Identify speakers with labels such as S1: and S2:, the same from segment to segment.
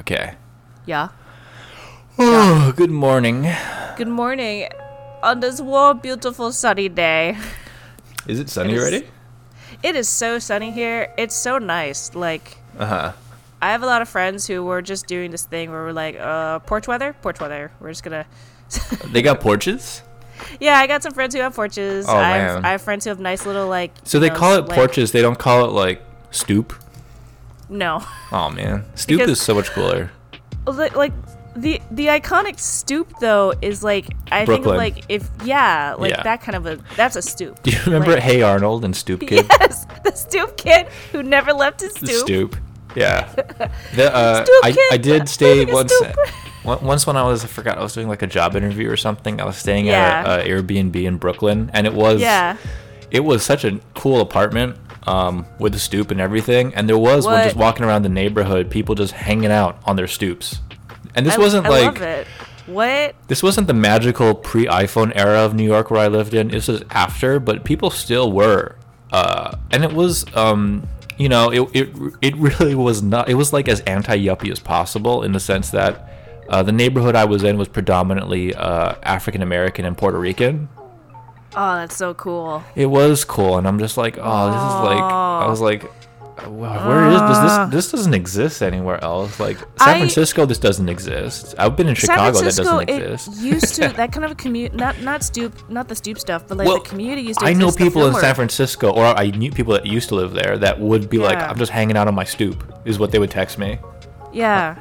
S1: Okay.
S2: Yeah.
S1: Oh, good morning.
S2: Good morning. On this warm, beautiful, sunny day.
S1: Is it sunny
S2: It is-
S1: already?
S2: It is so sunny here. It's so nice. Like,
S1: Uh huh.
S2: I have a lot of friends who were just doing this thing where we're like, uh, porch weather? Porch weather. We're just gonna.
S1: They got porches?
S2: yeah, I got some friends who have porches.
S1: Oh,
S2: I, have,
S1: man.
S2: I have friends who have nice little, like.
S1: So
S2: you
S1: they
S2: know,
S1: call it
S2: like-
S1: porches, they don't call it like stoop.
S2: No.
S1: Oh man. Stoop
S2: Because-
S1: is so much cooler.
S2: like, like the the iconic stoop though is like I
S1: Brooklyn.
S2: think of like if yeah like
S1: Yeah.
S2: that kind of a that's a stoop.
S1: Do you remember
S2: Like-
S1: Hey Arnold and Stoop Kid?
S2: Yes, the stoop kid who never left his
S1: The
S2: stoop.
S1: stoop. Yeah. The, uh,
S2: Stoop
S1: I, I
S2: kid,
S1: did
S2: stop
S1: stay
S2: being a
S1: once. uh,
S2: stoop.
S1: on- Once when I was, I forgot I was doing like a job interview or something. I was staying
S2: Yeah.
S1: at an Airbnb in Brooklyn, and it was
S2: Yeah.
S1: it was such a cool apartment um, with a stoop and everything. And there was one
S2: What?
S1: just walking around the neighborhood, people just hanging out on their stoops. And this
S2: I,
S1: wasn't
S2: I
S1: like
S2: love it. What?
S1: this wasn't the magical pre iPhone era of New York where I lived in. This was after, but people still were. Uh, and it was, um, you know, it, it, it really was not, it was like as anti yuppie as possible in the sense that uh, the neighborhood I was in was predominantly uh, African American and Puerto Rican.
S2: Oh, that's so cool.
S1: It was cool. And I'm just like, oh, this is like, I was like, "Wow, where is this? This, this doesn't exist anywhere else. Like San
S2: Ah. I-
S1: Francisco, this doesn't exist. I've been in Chicago,
S2: San
S1: that
S2: Francisco,
S1: doesn't
S2: it
S1: exist.
S2: used to that kind of a commute. Not not stoop, not the stoop stuff, but like
S1: Well,
S2: the community used to.
S1: I know
S2: exist, the
S1: people in
S2: film
S1: San
S2: work.
S1: Francisco, or I knew people that used to live there that would be like,
S2: Yeah.
S1: "I'm just hanging out on my stoop," is what they would text me.
S2: Yeah.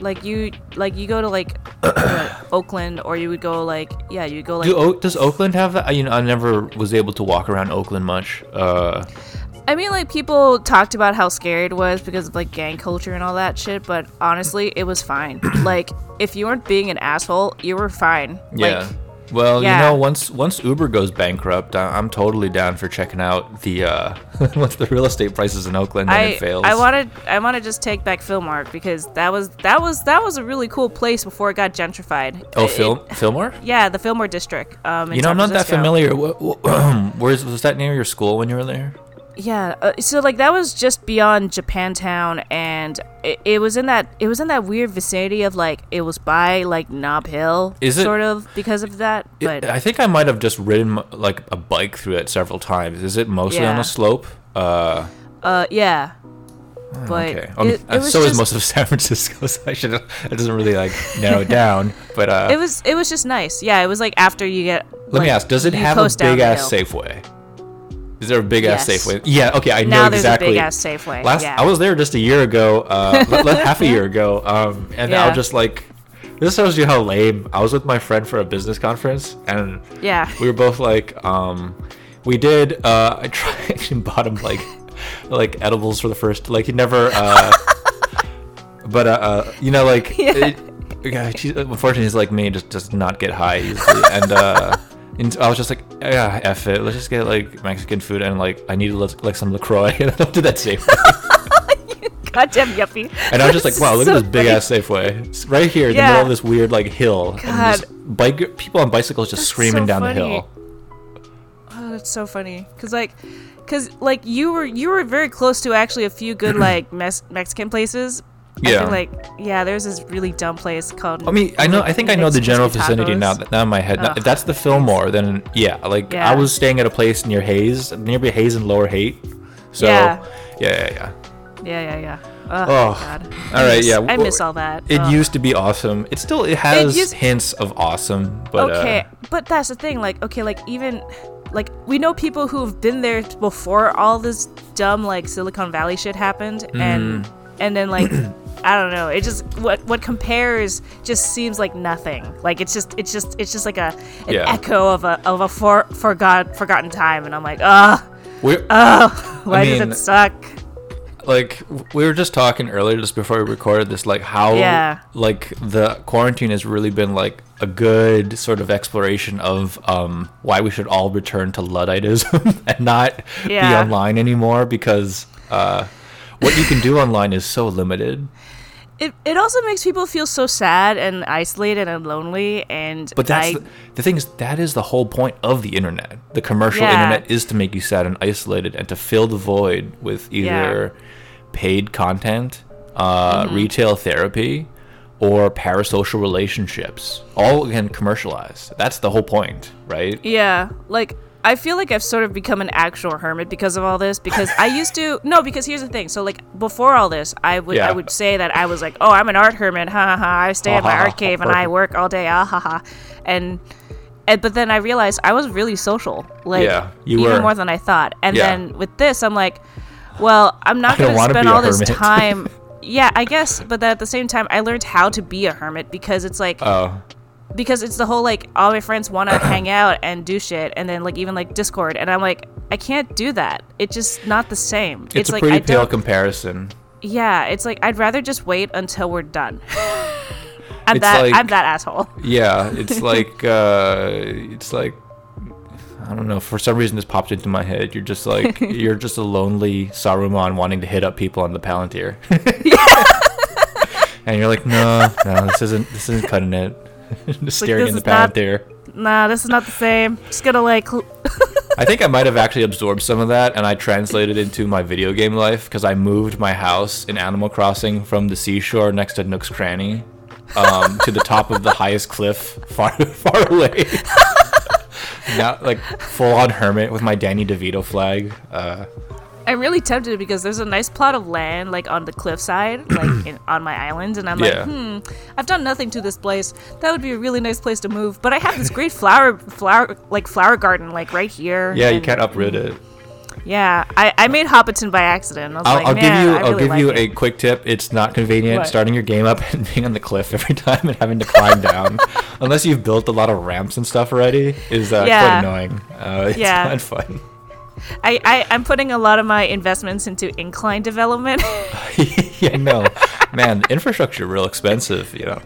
S2: Like you, like you go to like what, Oakland, or you would go like yeah, you go like
S1: Do o- does Oakland have that? I, you know, I never was able to walk around Oakland much. Uh,
S2: I mean, like people talked about how scary it was because of like gang culture and all that shit, but honestly, it was fine. like, if you weren't being an asshole, you were fine.
S1: yeah.
S2: Like,
S1: well,
S2: yeah.
S1: you know, once once Uber goes bankrupt, I, I'm totally down for checking out the uh, once the real estate prices in Oakland and
S2: I
S1: it fails.
S2: I wanted I want to just take back Fillmark because that was that was that was a really cool place before it got gentrified.
S1: oh,
S2: It-
S1: Phil
S2: it-
S1: Fillmore.
S2: yeah, the Fillmore district. Um, in
S1: You know,
S2: San
S1: I'm not that
S2: Francisco.
S1: familiar. Wh- wh- Where's was that near your school when you were there?
S2: Yeah, uh, so like that was just beyond Japantown, and it, it was in that it was in that weird vicinity of like it was by like Knob Hill,
S1: Is it-
S2: sort of because of that. But
S1: I think I might have just ridden like a bike through it several times. Is it mostly on
S2: Yeah.
S1: a slope? Uh,
S2: Uh, yeah. But
S1: okay. Um,
S2: it, it
S1: uh,
S2: was
S1: so
S2: just,
S1: is most of San Francisco. So I should. It doesn't really like narrow it down. But uh,
S2: It was it was just nice. Yeah, it was like after you get.
S1: let me ask: Does it have a big ass Safeway? Is there a big ass
S2: Yes.
S1: Safeway? Yeah. Okay, I
S2: Now
S1: know
S2: there's
S1: exactly.
S2: a big ass Safeway.
S1: Last
S2: yeah.
S1: I was there just a year ago, uh, le- le- half a year ago, um, and I
S2: Yeah.
S1: was just like, this tells you how lame. I was with my friend for a business conference, and
S2: Yeah.
S1: we were both like, um, we did. Uh, I tried and bought him like, like edibles for the first. Like he never. Uh, but uh, uh, you know, like
S2: Yeah.
S1: it- yeah, he's, unfortunately, he's like me, just does not get high easily, and. Uh, and I was just like, yeah, f it. Let's just get like Mexican food and like I needed like like, some Lacroix and I did that same.
S2: Goddamn yuppie.
S1: And I was just like, wow, look
S2: So
S1: at this big
S2: funny.
S1: ass Safeway. It's right here in the
S2: Yeah.
S1: middle of this weird like hill. And
S2: God.
S1: just bike people on bicycles just
S2: That's
S1: screaming
S2: so
S1: down the
S2: funny.
S1: hill.
S2: Oh, that's so funny. Cause like, cause like you were you were very close to actually a few good like mes- Mexican places. I
S1: Yeah.
S2: think, like yeah, there's this really dumb place called.
S1: I mean, I know. I think I know the general vicinity now. That now in my head, Now,
S2: Ugh.
S1: if that's the Fillmore, then yeah. Like
S2: Yeah.
S1: I was staying at a place near Hayes, nearby Hayes and Lower Haight. So
S2: Yeah.
S1: yeah, yeah, yeah.
S2: yeah, yeah, yeah. Oh,
S1: Oh,
S2: God.
S1: all right, yeah.
S2: I
S1: well,
S2: miss all that.
S1: It
S2: Ugh.
S1: used to be awesome. It still it has
S2: used-
S1: hints of awesome, but
S2: okay
S1: uh,
S2: but that's the thing like okay like even like we know people who have been there before all this dumb like silicon valley shit happened
S1: Mm-hmm.
S2: and and then like i don't know it just what what compares just seems like nothing like it's just it's just it's just like a an
S1: Yeah.
S2: echo of a of a for, forgot forgotten time and i'm like ugh
S1: we're
S2: why does
S1: mean,
S2: it suck
S1: like w- we were just talking earlier just before we recorded this like how
S2: Yeah.
S1: like the quarantine has really been like a good sort of exploration of um why we should all return to ludditism and not be
S2: Yeah.
S1: online anymore because uh what you can do online is so limited
S2: it, it also makes people feel so sad and isolated and lonely and
S1: but that's
S2: I,
S1: the, the thing is that is the whole point of the internet the commercial
S2: Yeah.
S1: internet is to make you sad and isolated and to fill the void with either paid content uh,
S2: Mm-hmm.
S1: retail therapy, or parasocial relationships. All again commercialized. That's the whole point, right?
S2: Yeah, like I feel like I've sort of become an actual hermit because of all this. Because I used to no, because here's the thing. So like before all this, I would
S1: Yeah.
S2: I would say that I was like, oh, I'm an art hermit, ha ha ha. I stay at my art cave and I work all day, ah ha ha, and. And, but then I realized I was really social, like
S1: Yeah, you
S2: even
S1: were.
S2: more than I thought. And
S1: Yeah.
S2: then with this, I'm like, well, I'm not
S1: I don't
S2: going to
S1: wanna
S2: spend
S1: be a
S2: all this
S1: hermit.
S2: time. yeah, I guess. But then at the same time, I learned how to be a hermit because it's like
S1: Oh,
S2: because it's the whole like all my friends want to hang out and do shit and then like even like discord and i'm like i can't do that it's just not the same it's,
S1: it's, a
S2: like
S1: pretty
S2: i
S1: pale
S2: don't
S1: comparison.
S2: yeah it's like i'd rather just wait until we're done i'm
S1: It's
S2: that
S1: like-
S2: i'm that asshole
S1: Yeah, it's like uh, it's like I don't know. For some reason, this popped into my head. You're just like you're just a lonely Saruman wanting to hit up people on the Palantir. and you're like, no, no, this isn't this isn't cutting it. just
S2: Like,
S1: staring
S2: this
S1: in the
S2: is not-
S1: Palantir.
S2: nah this is not the same just gonna like cl-
S1: I think I might have actually absorbed some of that, and I translated into my video game life because I moved my house in Animal Crossing from the seashore next to Nook's Cranny um, to the top of the highest cliff far far away. Now, like full on hermit with my Danny DeVito flag. Uh,
S2: i'm really tempted because there's a nice plot of land like on the cliffside like in, on my island and i'm
S1: Yeah.
S2: like hmm i've done nothing to this place that would be a really nice place to move but i have this great flower flower like flower garden like right here
S1: yeah, you
S2: and-
S1: can't uproot it.
S2: Yeah, I, I made Hobbiton by accident. I was
S1: I'll,
S2: like,
S1: I'll give
S2: man,
S1: you.
S2: I
S1: I'll
S2: really
S1: give
S2: like
S1: you
S2: it."
S1: a quick tip. It's not convenient
S2: What?
S1: starting your game up and being on the cliff every time and having to climb down, unless you've built a lot of ramps and stuff already. Is uh,
S2: Yeah.
S1: quite annoying. Uh, it's
S2: Yeah.
S1: not fun.
S2: I, I I'm putting a lot of my investments into incline development.
S1: yeah, no, man, infrastructure real expensive, you know.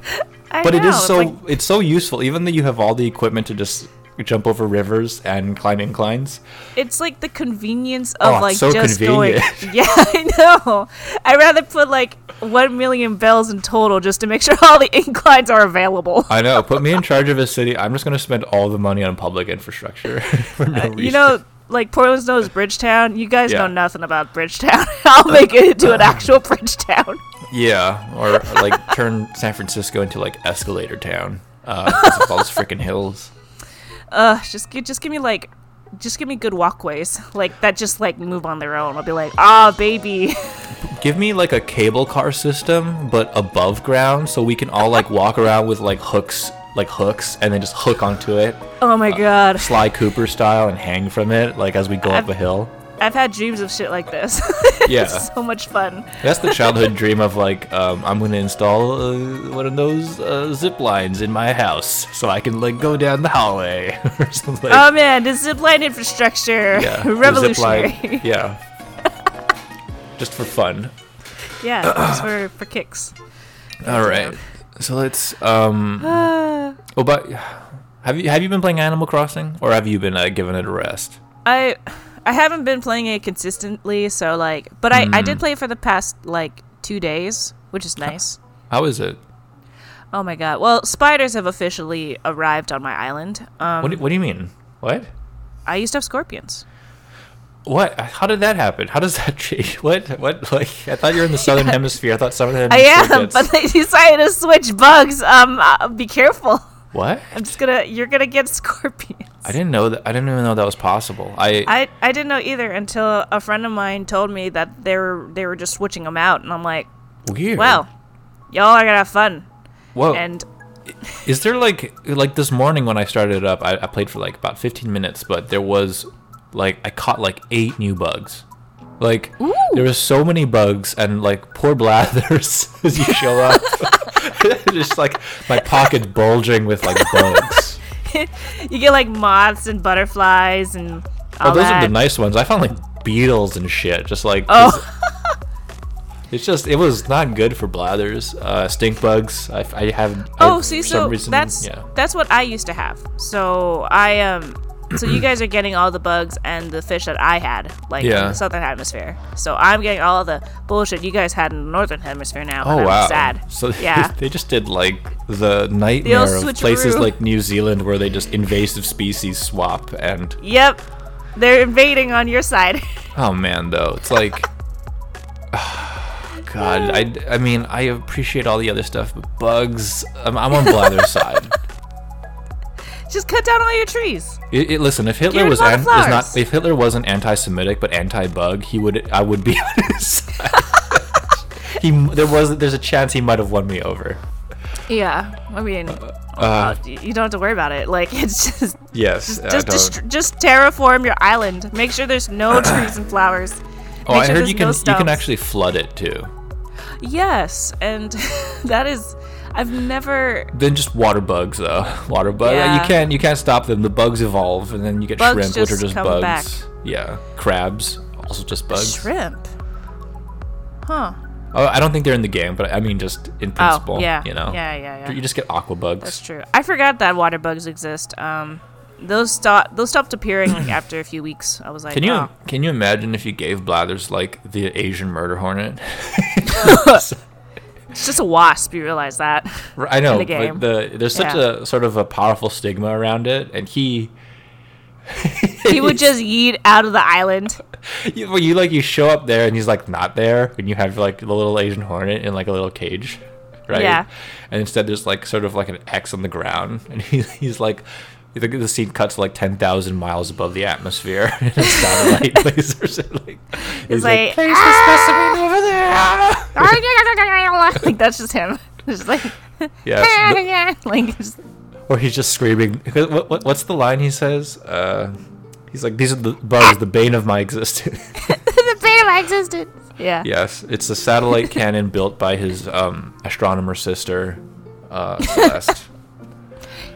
S2: I
S1: But it
S2: know,
S1: is
S2: it's
S1: so
S2: like-
S1: it's so useful, even though you have all the equipment to just jump over rivers and climb inclines.
S2: it's like the convenience of
S1: Oh,
S2: like
S1: so
S2: just going. Yeah, I know. I would rather put like one million bells in total just to make sure all the inclines are available.
S1: I know. Put me in charge of a city. I'm just gonna spend all the money on public infrastructure for no reason.
S2: Uh, You know, like Portland's known as Bridgetown. You guys
S1: Yeah.
S2: know nothing about Bridgetown. I'll make it into an actual Bridgetown.
S1: Yeah, or like turn San Francisco into like escalator town. Uh, 'cause of all those freaking hills.
S2: Ugh, just gi- just give me like just give me good walkways like that just like move on their own i'll be like ah baby
S1: Give me like a cable car system, but above ground, so we can all like walk around with like hooks, like hooks, and then just hook onto it.
S2: oh my
S1: Uh,
S2: god
S1: Sly Cooper style and hang from it, like as we go up
S2: I've-
S1: a hill.
S2: i've had dreams of shit like this
S1: Yeah.
S2: it's so much fun
S1: That's the childhood dream of like, um, I'm gonna install uh, one of those uh, zip lines in my house so I can like go down the hallway or something.
S2: oh man the zipline infrastructure
S1: yeah, the zip
S2: revolutionary
S1: line, yeah, just for fun.
S2: yeah just for, for kicks
S1: All right, so let's. Um, oh, but have you have you been playing Animal Crossing or have you been uh, giving it a rest?
S2: i i haven't been playing it consistently so like but i i
S1: Mm.
S2: did play it for the past like two days which is nice
S1: How is it?
S2: oh my god well spiders have officially arrived on my island um
S1: What do, what do you mean? What?
S2: i used to have scorpions
S1: What? How did that happen? How does that change? What? What? Like, I thought you were in the southern hemisphere. I thought southern
S2: I
S1: hemisphere.
S2: am,
S1: gets-
S2: but they decided to switch bugs. Um, uh, be careful.
S1: what?
S2: I'm just gonna. You're gonna get scorpions.
S1: I didn't know that. I didn't even know that was possible. I.
S2: I, I didn't know either until a friend of mine told me that they were they were just switching them out, and I'm like,
S1: weird. Oh.
S2: well, y'all are gonna have fun.
S1: Whoa.
S2: And
S1: is there like like this morning when I started it up? I, I played for like about 15 minutes, but there was like I caught like eight new bugs. Like there was so many bugs and like poor blathers as you show up, just like my pocket bulging with like bugs.
S2: you get like moths and butterflies and
S1: Oh,
S2: all
S1: those are
S2: that.
S1: the nice ones. I found like beetles and shit. Just like
S2: oh,
S1: it's just it was not good for blathers. Uh, stink bugs. I, I have. I,
S2: oh, see,
S1: for
S2: so
S1: some reason,
S2: that's
S1: yeah.
S2: that's what I used to have. So I um, so you guys are getting all the bugs and the fish that I had, like in
S1: Yeah.
S2: the southern hemisphere. So I'm getting all the bullshit you guys had in the northern hemisphere now. and
S1: Oh
S2: I'm
S1: wow.
S2: Sad.
S1: So
S2: yeah.
S1: they just did like the nightmare of places
S2: switcheroo.
S1: like New Zealand where they just invasive species swap and
S2: Yep. They're invading on your side.
S1: oh man though it's like God, I, I mean, I appreciate all the other stuff, but bugs, I'm, I'm on Blather's side.
S2: Just cut down all your trees.
S1: It, it- listen, if Hitler
S2: rid of
S1: was,
S2: all the
S1: an, was not,
S2: flowers.
S1: if Hitler wasn't anti-Semitic but anti-bug, he would, I would be on his side. he, there was, there's a chance he might have won me over.
S2: Yeah, I mean,
S1: Uh,
S2: you you don't have to worry about it. Like it's just
S1: yes, I
S2: just
S1: don't-
S2: dist- just terraform your island. Make sure there's no trees and flowers.
S1: oh,
S2: Make
S1: I
S2: sure
S1: heard
S2: there's
S1: you can,
S2: no
S1: you can
S2: stumps.
S1: actually flood it too.
S2: Yes, and that is. I've never.
S1: Then just water bugs though. Water bugs.
S2: Yeah.
S1: You can't you can't stop them. The bugs evolve and then you get
S2: Bugs
S1: shrimp, which are
S2: just
S1: just
S2: come
S1: bugs.
S2: back.
S1: Yeah. Crabs, also just bugs.
S2: Shrimp. Huh.
S1: Oh, I don't think they're in the game, but I mean just in principle.
S2: oh, yeah.
S1: You know.
S2: Yeah, yeah,
S1: You
S2: yeah.
S1: just get aqua
S2: That's
S1: bugs.
S2: true. I forgot that water bugs exist. Um, those stop. Those stopped appearing like after a few weeks. I was like,
S1: Can you
S2: oh.
S1: can you imagine if you gave blathers like the Asian murder hornet?
S2: it's just a wasp. You realize that?
S1: I know,
S2: the game.
S1: but the there's such
S2: Yeah.
S1: a sort of a powerful stigma around it, and he
S2: He would just yeet out of the island.
S1: you, well, you like you show up there and he's like not there and you have like the little asian hornet in like a little cage right
S2: Yeah.
S1: and instead there's like sort of like an x on the ground and he, he's like the, the scene cuts to, like 10,000 miles above the atmosphere and a satellite lasers and, like he's
S2: like,
S1: like, place the specimen over there
S2: like that's just him. Just like
S1: yes th-
S2: like just,
S1: or he's just screaming what, what, what's the line he says uh he's like these are the bugs the bane of my existence
S2: the pain of my existence. Yeah.
S1: Yes, it's a satellite cannon built by his um, astronomer sister, uh, Celeste.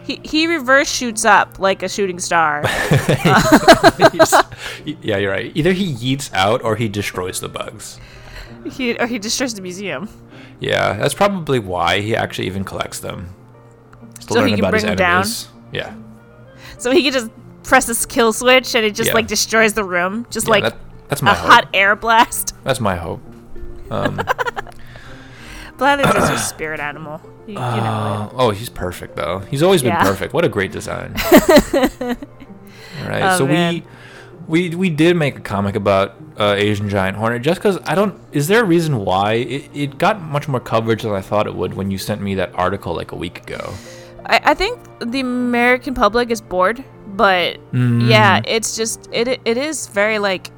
S2: He he reverse shoots up like a shooting star.
S1: Y- yeah, you're right. Either he yeets out or he destroys the bugs.
S2: he or he destroys the museum.
S1: Yeah, that's probably why he actually even collects them. Is to
S2: So he can bring them down?
S1: Yeah.
S2: So he could just press this kill switch and it just
S1: Yeah.
S2: like destroys the room. Just
S1: Yeah,
S2: like
S1: that- that's my
S2: a
S1: hope.
S2: hot air blast.
S1: That's my hope.
S2: Blather's is your spirit animal. You, you know
S1: Uh, oh, he's perfect though. He's always been
S2: Yeah.
S1: perfect. What a great design. All right,
S2: Oh,
S1: so
S2: man.
S1: we we we did make a comic about uh, Asian giant hornet just because I don't. Is there a reason why it, it got much more coverage than I thought it would when you sent me that article like a week ago?
S2: it. I, I think the American public is bored, but
S1: Mm.
S2: yeah, it's just it it is very like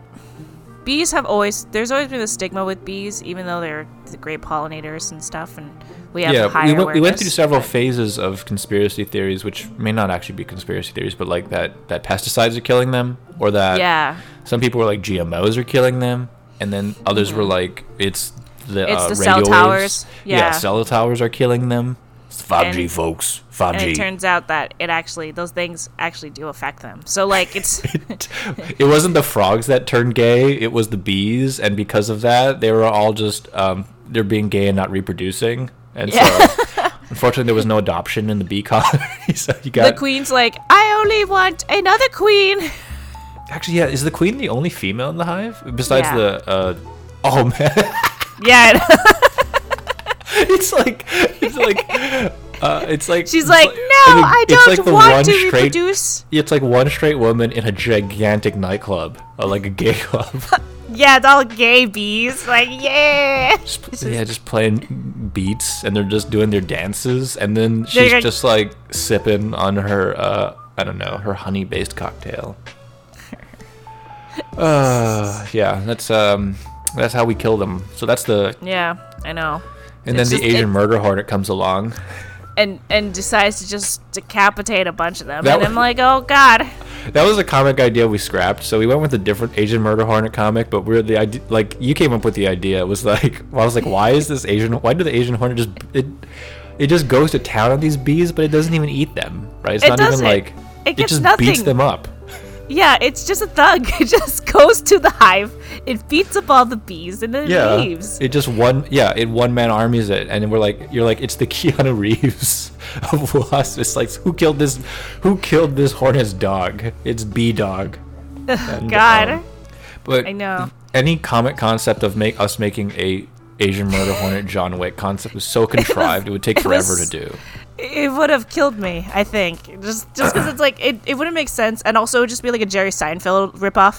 S2: bees have always there's always been a stigma with bees, even though they're the great pollinators and stuff, and we have
S1: yeah,
S2: higher
S1: we went, we went
S2: awareness.
S1: through several phases of conspiracy theories, which may not actually be conspiracy theories, but like that that pesticides are killing them, or that
S2: yeah,
S1: some people were like GMOs are killing them, and then others were like it's the
S2: Mm-hmm. It's
S1: uh,
S2: the
S1: radio
S2: cell
S1: waves.
S2: towers, yeah.
S1: cell towers are killing them. It's 5G,
S2: And-
S1: folks.
S2: and it
S1: 5G.
S2: turns out that it actually those things actually do affect them. So like it's
S1: It, wasn't the frogs that turned gay; it was the bees, and because of that, they were all just um, they're being gay and not reproducing, and so. Unfortunately, there was no adoption in the bee colony, so you
S2: the
S1: got.
S2: queen's like I only want another queen.
S1: Actually, yeah, is the queen the only female in the hive besides
S2: Yeah.
S1: the? Uh, oh man,
S2: Yeah,
S1: it's like it's like uh, it's like
S2: she's
S1: it's
S2: like no,
S1: it's
S2: I
S1: like
S2: don't
S1: the one
S2: want to
S1: straight-
S2: reproduce.
S1: It's like one straight woman in a gigantic nightclub, or like a gay club.
S2: Yeah, it's all gay bees. Like yeah.
S1: just, yeah, just playing beats, and they're just doing their dances, and then she's
S2: They're-
S1: just like sipping on her, uh, I don't know, her honey-based cocktail. Uh, yeah, that's um, that's how we kill them. So that's the,
S2: Yeah, I know.
S1: and
S2: It's
S1: then the
S2: just-
S1: Asian
S2: it-
S1: murder hornet comes along.
S2: and and decides to just decapitate a bunch of them.
S1: That
S2: and
S1: was-
S2: I'm like, oh god.
S1: That was a comic idea we scrapped, so we went with a different Asian murder hornet comic. But we're the idea, like you came up with the idea. It was like I was like, why is this Asian? Why do the Asian hornet just it? It just goes to town on these bees, but it doesn't even eat them. Right? It's
S2: It
S1: not
S2: doesn't.
S1: even like
S2: It
S1: it
S2: gets
S1: just beats
S2: nothing.
S1: them up.
S2: Yeah, it's just a thug. It just goes to the hive. It beats up all the bees and then
S1: Yeah.
S2: it leaves.
S1: It just one yeah, it one man armies it, and we're like, you're like, it's the Keanu Reeves of wasps. It's like who killed this? Who killed this hornet's dog? It's bee dog. And,
S2: God.
S1: um, but
S2: I know.
S1: any comic concept of make us making a Asian murder hornet John Wick concept was so contrived it would take
S2: it was-
S1: forever to do.
S2: It would have killed me, I think. Just just because it's like it, it wouldn't make sense and also it would just be like a Jerry Seinfeld ripoff.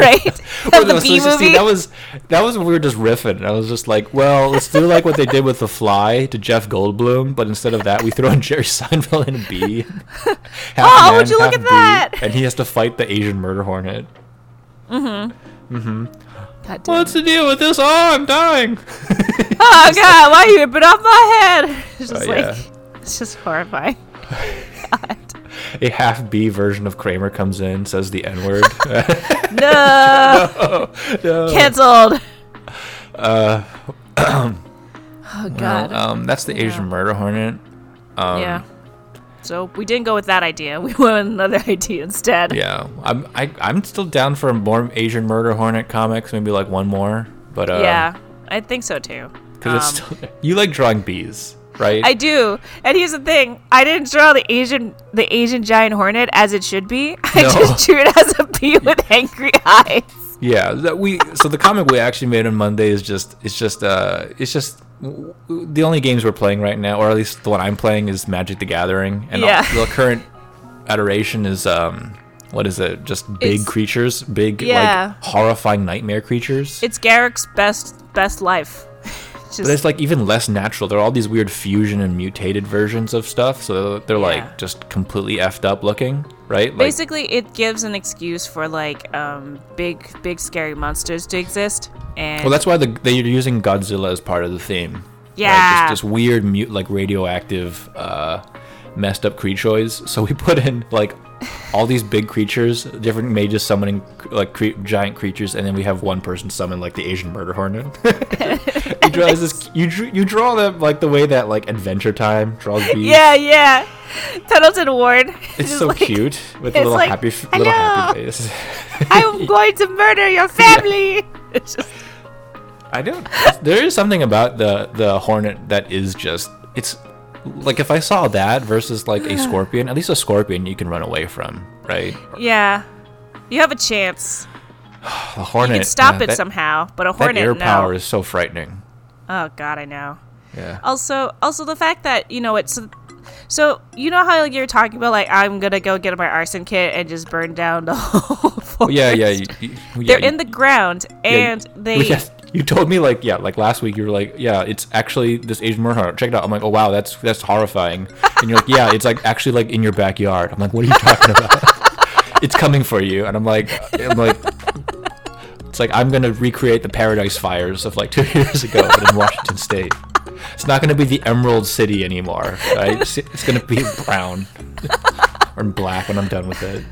S2: right?
S1: Or
S2: Of the
S1: no, so
S2: B
S1: it's just- see,
S2: movie.
S1: that was that was when we were just riffing. I was just like, well, let's do like what they did with The Fly to Jeff Goldblum, but instead of that, we throw in Jerry Seinfeld in a bee. Half
S2: Oh, would you look
S1: half
S2: at that?
S1: and he has to fight the Asian murder hornet.
S2: God damn.
S1: What's the deal with this? Oh, I'm dying.
S2: oh god, why you ripping off my head? It's just
S1: Oh,
S2: like
S1: yeah.
S2: it's just horrifying. God.
S1: A half bee version of Kramer comes in, says the N word.
S2: No, canceled.
S1: Uh,
S2: Oh
S1: well,
S2: god.
S1: um, that's the Asian murder hornet. Um,
S2: yeah. So we didn't go with that idea. We went with another idea instead.
S1: Yeah, I'm I, I'm still down for more Asian murder hornet comics. Maybe like one more, but uh,
S2: Yeah, I think so too.
S1: because it's still you like drawing bees, right?
S2: I do. And here's the thing: I didn't draw the Asian the Asian giant hornet as it should be. I
S1: No.
S2: just drew it as a bee with angry eyes.
S1: yeah, that we so the comic we actually made on Monday is just it's just uh it's just w- w- the only games we're playing right now, or at least the one I'm playing is Magic the Gathering, and
S2: Yeah.
S1: the current iteration is um what is it? Just big
S2: It's-
S1: creatures, big
S2: Yeah.
S1: like horrifying nightmare creatures.
S2: It's Garrick's best best life.
S1: But it's
S2: just
S1: like even less natural. There are all these weird fusion and mutated versions of stuff, so they're, they're
S2: Yeah.
S1: like just completely effed up looking, right? Like,
S2: basically it gives an excuse for like um big big scary monsters to exist. And
S1: well, that's why the, they're using Godzilla as part of the theme. right?
S2: Yeah.
S1: Just, just weird, mute, like radioactive, uh, messed up creatures. So we put in like all these big creatures, different mages summoning like cre- giant creatures, and then we have one person summon like the Asian murder hornet. you draw this, you dr- you draw them like the way that like Adventure Time draws bees.
S2: yeah, yeah. Pendleton Ward.
S1: It's
S2: Just
S1: so
S2: like,
S1: cute with a
S2: it's
S1: little
S2: like,
S1: happy f- little happy face.
S2: I'm going to murder your family. It's just
S1: I don't. There is something about the the hornet that is just it's like if I saw that versus like a scorpion. At least a scorpion you can run away from, right?
S2: yeah. You have a chance.
S1: The hornet.
S2: You can stop
S1: yeah,
S2: it
S1: that,
S2: somehow, but a
S1: That
S2: hornet
S1: air
S2: no.
S1: power is so frightening.
S2: Oh god, I know.
S1: Yeah.
S2: Also, also the fact that you know it's so you know how like, you're talking about like I'm gonna go get my arson kit and just burn down the whole forest.
S1: yeah, yeah, you, you- yeah,
S2: They're
S1: you-
S2: in the ground
S1: yeah, you-
S2: and they
S1: Yes, you told me like yeah, like last week you were like yeah, it's actually this Asian murder hornet. Check it out. I'm like oh wow, that's that's horrifying. And you're like yeah, it's like actually like in your backyard. I'm like what are you talking about? it's coming for you. And I'm like I'm like it's like I'm gonna recreate the Paradise Fires of like two years ago, but in Washington State. It's not gonna be the Emerald City anymore. Right? It's- It's gonna be brown or black when I'm done with it.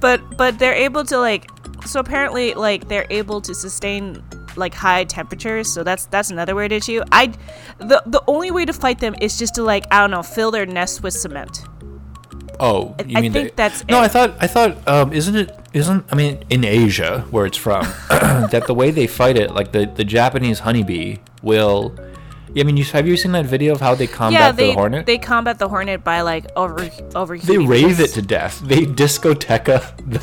S2: but but they're able to like so apparently like they're able to sustain like high temperatures so that's that's another weird issue i the the only way to fight them is just to like i don't know fill their nest with cement
S1: Oh, you
S2: I
S1: mean
S2: think
S1: the-
S2: that's
S1: no?
S2: it.
S1: I thought I thought um, isn't it isn't I mean in Asia where it's from that the way they fight it like the the Japanese honeybee will. I mean, you have you seen that video of how they combat
S2: yeah they
S1: the hornet?
S2: they combat the hornet by like over over
S1: They rave it to death. They discoteca the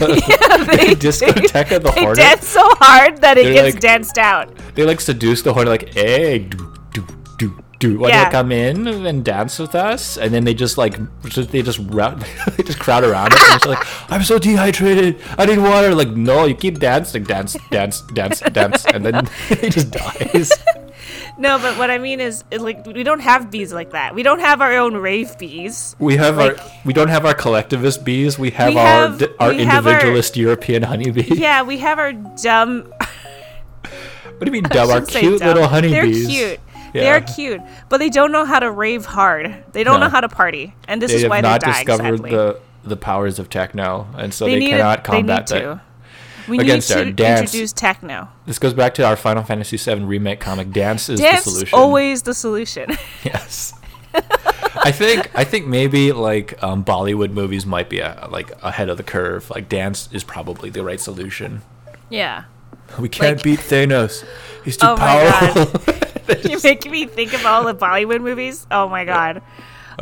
S2: they,
S1: discoteca the
S2: they
S1: hornet.
S2: dance so hard that it
S1: They're
S2: gets
S1: like-
S2: danced out
S1: They like seduce the hornet like, hey, do do do do. Why
S2: Yeah.
S1: do come in and dance with us? And then they just like just, they just round they just crowd around it. And it's like, I'm so dehydrated. I need water. Like, no, you keep dancing, dance, dance, dance, dance, and then he just dies.
S2: no but what i mean is it, like we don't have bees like that we don't have our own rave bees
S1: We have
S2: Like-
S1: our we don't have our collectivist bees. We have
S2: We
S1: our
S2: have-
S1: d- our
S2: we have our-
S1: individualist European honeybee.
S2: yeah we have our dumb
S1: What do you mean dumb? Our
S2: shouldn't say
S1: cute
S2: dumb.
S1: little honeybees.
S2: They're cute. They
S1: Yeah.
S2: are cute, but they don't know how to rave hard. They don't
S1: No.
S2: know how to party, and this
S1: They
S2: is
S1: have
S2: why
S1: not
S2: they're dying.
S1: discovered
S2: sadly.
S1: the the powers of techno, and so they,
S2: need to-
S1: cannot combat
S2: they need
S1: that.
S2: To. We
S1: Against
S2: need
S1: our
S2: to
S1: dance.
S2: introduce techno.
S1: This goes back to our Final Fantasy VII remake comic. Dance is
S2: Dance
S1: the
S2: is
S1: solution.
S2: always the solution.
S1: yes. I think I think maybe like um, Bollywood movies might be uh like ahead of the curve. Like dance is probably the right solution.
S2: yeah.
S1: We can't
S2: Like-
S1: beat Thanos. He's too
S2: Oh my
S1: powerful.
S2: god. You're making me think of all the Bollywood movies. Oh my god.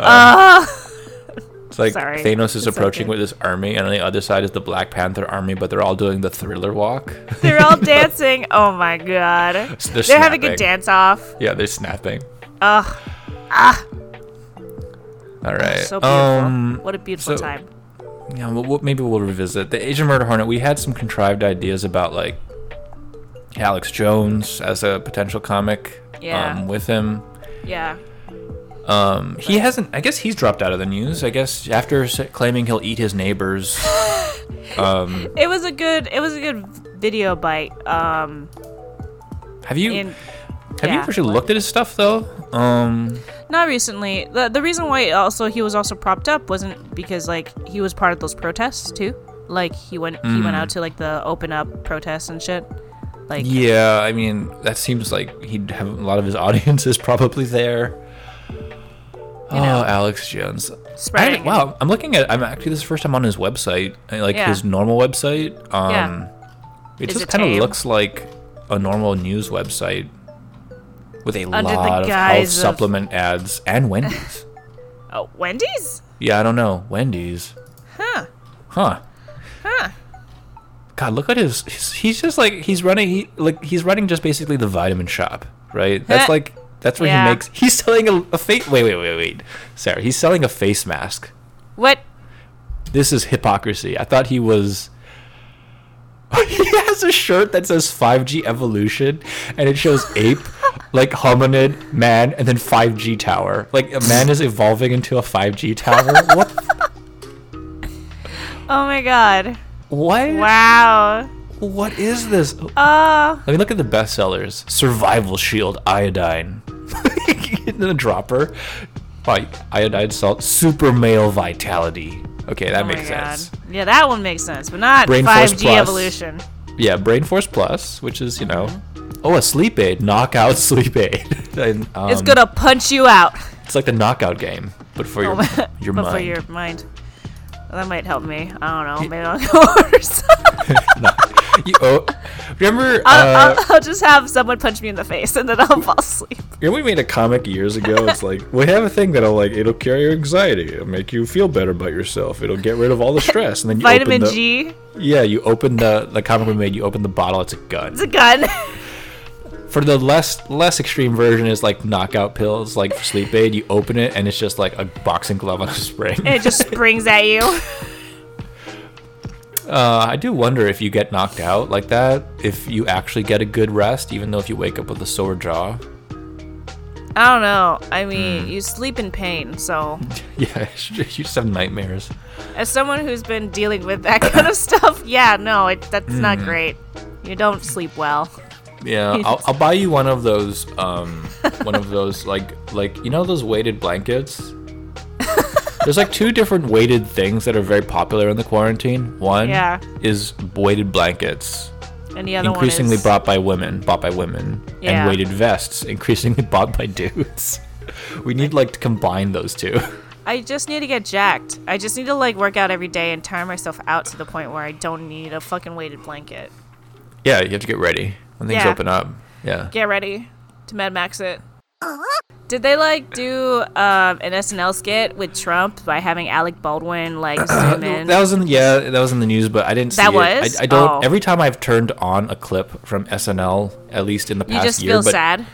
S1: It's like
S2: Sorry.
S1: Thanos is
S2: It's
S1: approaching
S2: okay.
S1: with his army, and on the other side is the Black Panther army, but they're all doing the Thriller walk.
S2: They're all dancing. Oh my god. They're
S1: They're,
S2: having a
S1: snapping.
S2: dance off.
S1: Yeah, they're snapping.
S2: Ugh. Ah.
S1: All right.
S2: So beautiful.
S1: um,
S2: what a beautiful
S1: so-
S2: time.
S1: yeah, we'll, we'll- maybe we'll revisit the Asian Murder Hornet. We had some contrived ideas about like Alex Jones as a potential comic.
S2: Yeah.
S1: Um, with him,
S2: Yeah.
S1: um, he hasn't. I guess he's dropped out of the news. I guess after s- claiming he'll eat his neighbors. um,
S2: It was a good it was a good video bite. Um
S1: have you
S2: in
S1: have you
S2: yeah.
S1: ever actually looked at his stuff though? Um,
S2: not recently. The the reason why also he was also propped up wasn't because like he was part of those protests too. Like he went he
S1: Mm.
S2: went out to like the open up protests and shit. Like
S1: yeah, I mean that seems like he'd have a lot of his audience is probably there.
S2: know.
S1: Oh, Alex Jones. I,
S2: spreading.
S1: wow, I'm looking at. I'm actually this is the first time on his website, I- like
S2: Yeah.
S1: his normal website. Um, It
S2: Is
S1: just
S2: it
S1: kind of
S2: tame?
S1: looks like a normal news website with a
S2: Under the
S1: lot of health
S2: guise of-
S1: supplement ads and Wendy's.
S2: Oh, Wendy's?
S1: yeah, I don't know Wendy's.
S2: Huh.
S1: Huh.
S2: Huh.
S1: God, look at his. He's, he's just like he's running. He like he's running just basically the vitamin shop, right? That's like that's where
S2: Yeah.
S1: he makes. He's selling a, a face. Wait, wait, wait, wait. Sarah, he's selling a face mask.
S2: What?
S1: This is hypocrisy. I thought he was. he has a shirt that says 5G evolution, and it shows ape, like hominid, man, and then 5G tower. Like a man is evolving into a 5G tower. What?
S2: Oh my god.
S1: What?
S2: Wow.
S1: What is this?
S2: Uh
S1: I mean, look at the bestsellers: Survival Shield Iodine, in a dropper, like iodine salt, Super Male Vitality. Okay, that
S2: oh
S1: makes
S2: my god.
S1: sense.
S2: Yeah, that one makes sense, but not
S1: Brain Force
S2: 5G
S1: Plus.
S2: evolution.
S1: Yeah, Brain Force Plus, which is you know, oh, a sleep aid, knockout sleep aid. And,
S2: It's
S1: um,
S2: gonna punch you out.
S1: It's like the knockout game, but for your your
S2: Oh, but for
S1: mind.
S2: your mind. That might help me. I don't know. Maybe I'll go order some.
S1: You- oh, remember? uh,
S2: I'll, I'll, I'll just have someone punch me in the face and then I'll fall asleep.
S1: You know, we made a comic years ago. It's like we have a thing that'll like it'll cure your anxiety, it'll make you feel better about yourself, it'll get rid of all the stress, and then you
S2: Vitamin
S1: open the,
S2: G,
S1: Yeah, you open the the comic we made. You open the bottle. It's a gun.
S2: it's a gun.
S1: For the less less extreme version is like knockout pills, like for sleep aid. You open it and it's just like a boxing glove on a spring.
S2: it just springs at you.
S1: Uh, I do wonder if you get knocked out like that, if you actually get a good rest, even though if you wake up with a sore jaw.
S2: I don't know. I
S1: Hmm.
S2: mean, you sleep in pain, so
S1: Yeah, you just have nightmares.
S2: as someone who's been dealing with that kind of stuff, yeah, no, it, that's not
S1: Hmm.
S2: great. You don't sleep well.
S1: Yeah, I'll, I'll buy you one of those, um, one of those like like you know those weighted blankets. There's like two different weighted things that are very popular in the quarantine. One
S2: Yeah.
S1: is weighted blankets,
S2: And the other
S1: increasingly
S2: one is
S1: bought by women, bought by women,
S2: Yeah.
S1: and weighted vests, increasingly bought by dudes. We need like to combine those two.
S2: I just need to get jacked. I just need to like work out every day and tire myself out to the point where I don't need a fucking weighted blanket.
S1: Yeah, you have to get ready when things
S2: Yeah.
S1: open up. Yeah.
S2: Get ready to Mad Max it. Did they like do um, an SNL skit with Trump by having Alec Baldwin like zoom in?
S1: That was in yeah, that was in the news, but I didn't see
S2: That
S1: it.
S2: was?
S1: I, I don't.
S2: Oh.
S1: Every time I've turned on a clip from SNL, at least in the
S2: you
S1: past
S2: just
S1: year,
S2: feel
S1: but
S2: sad.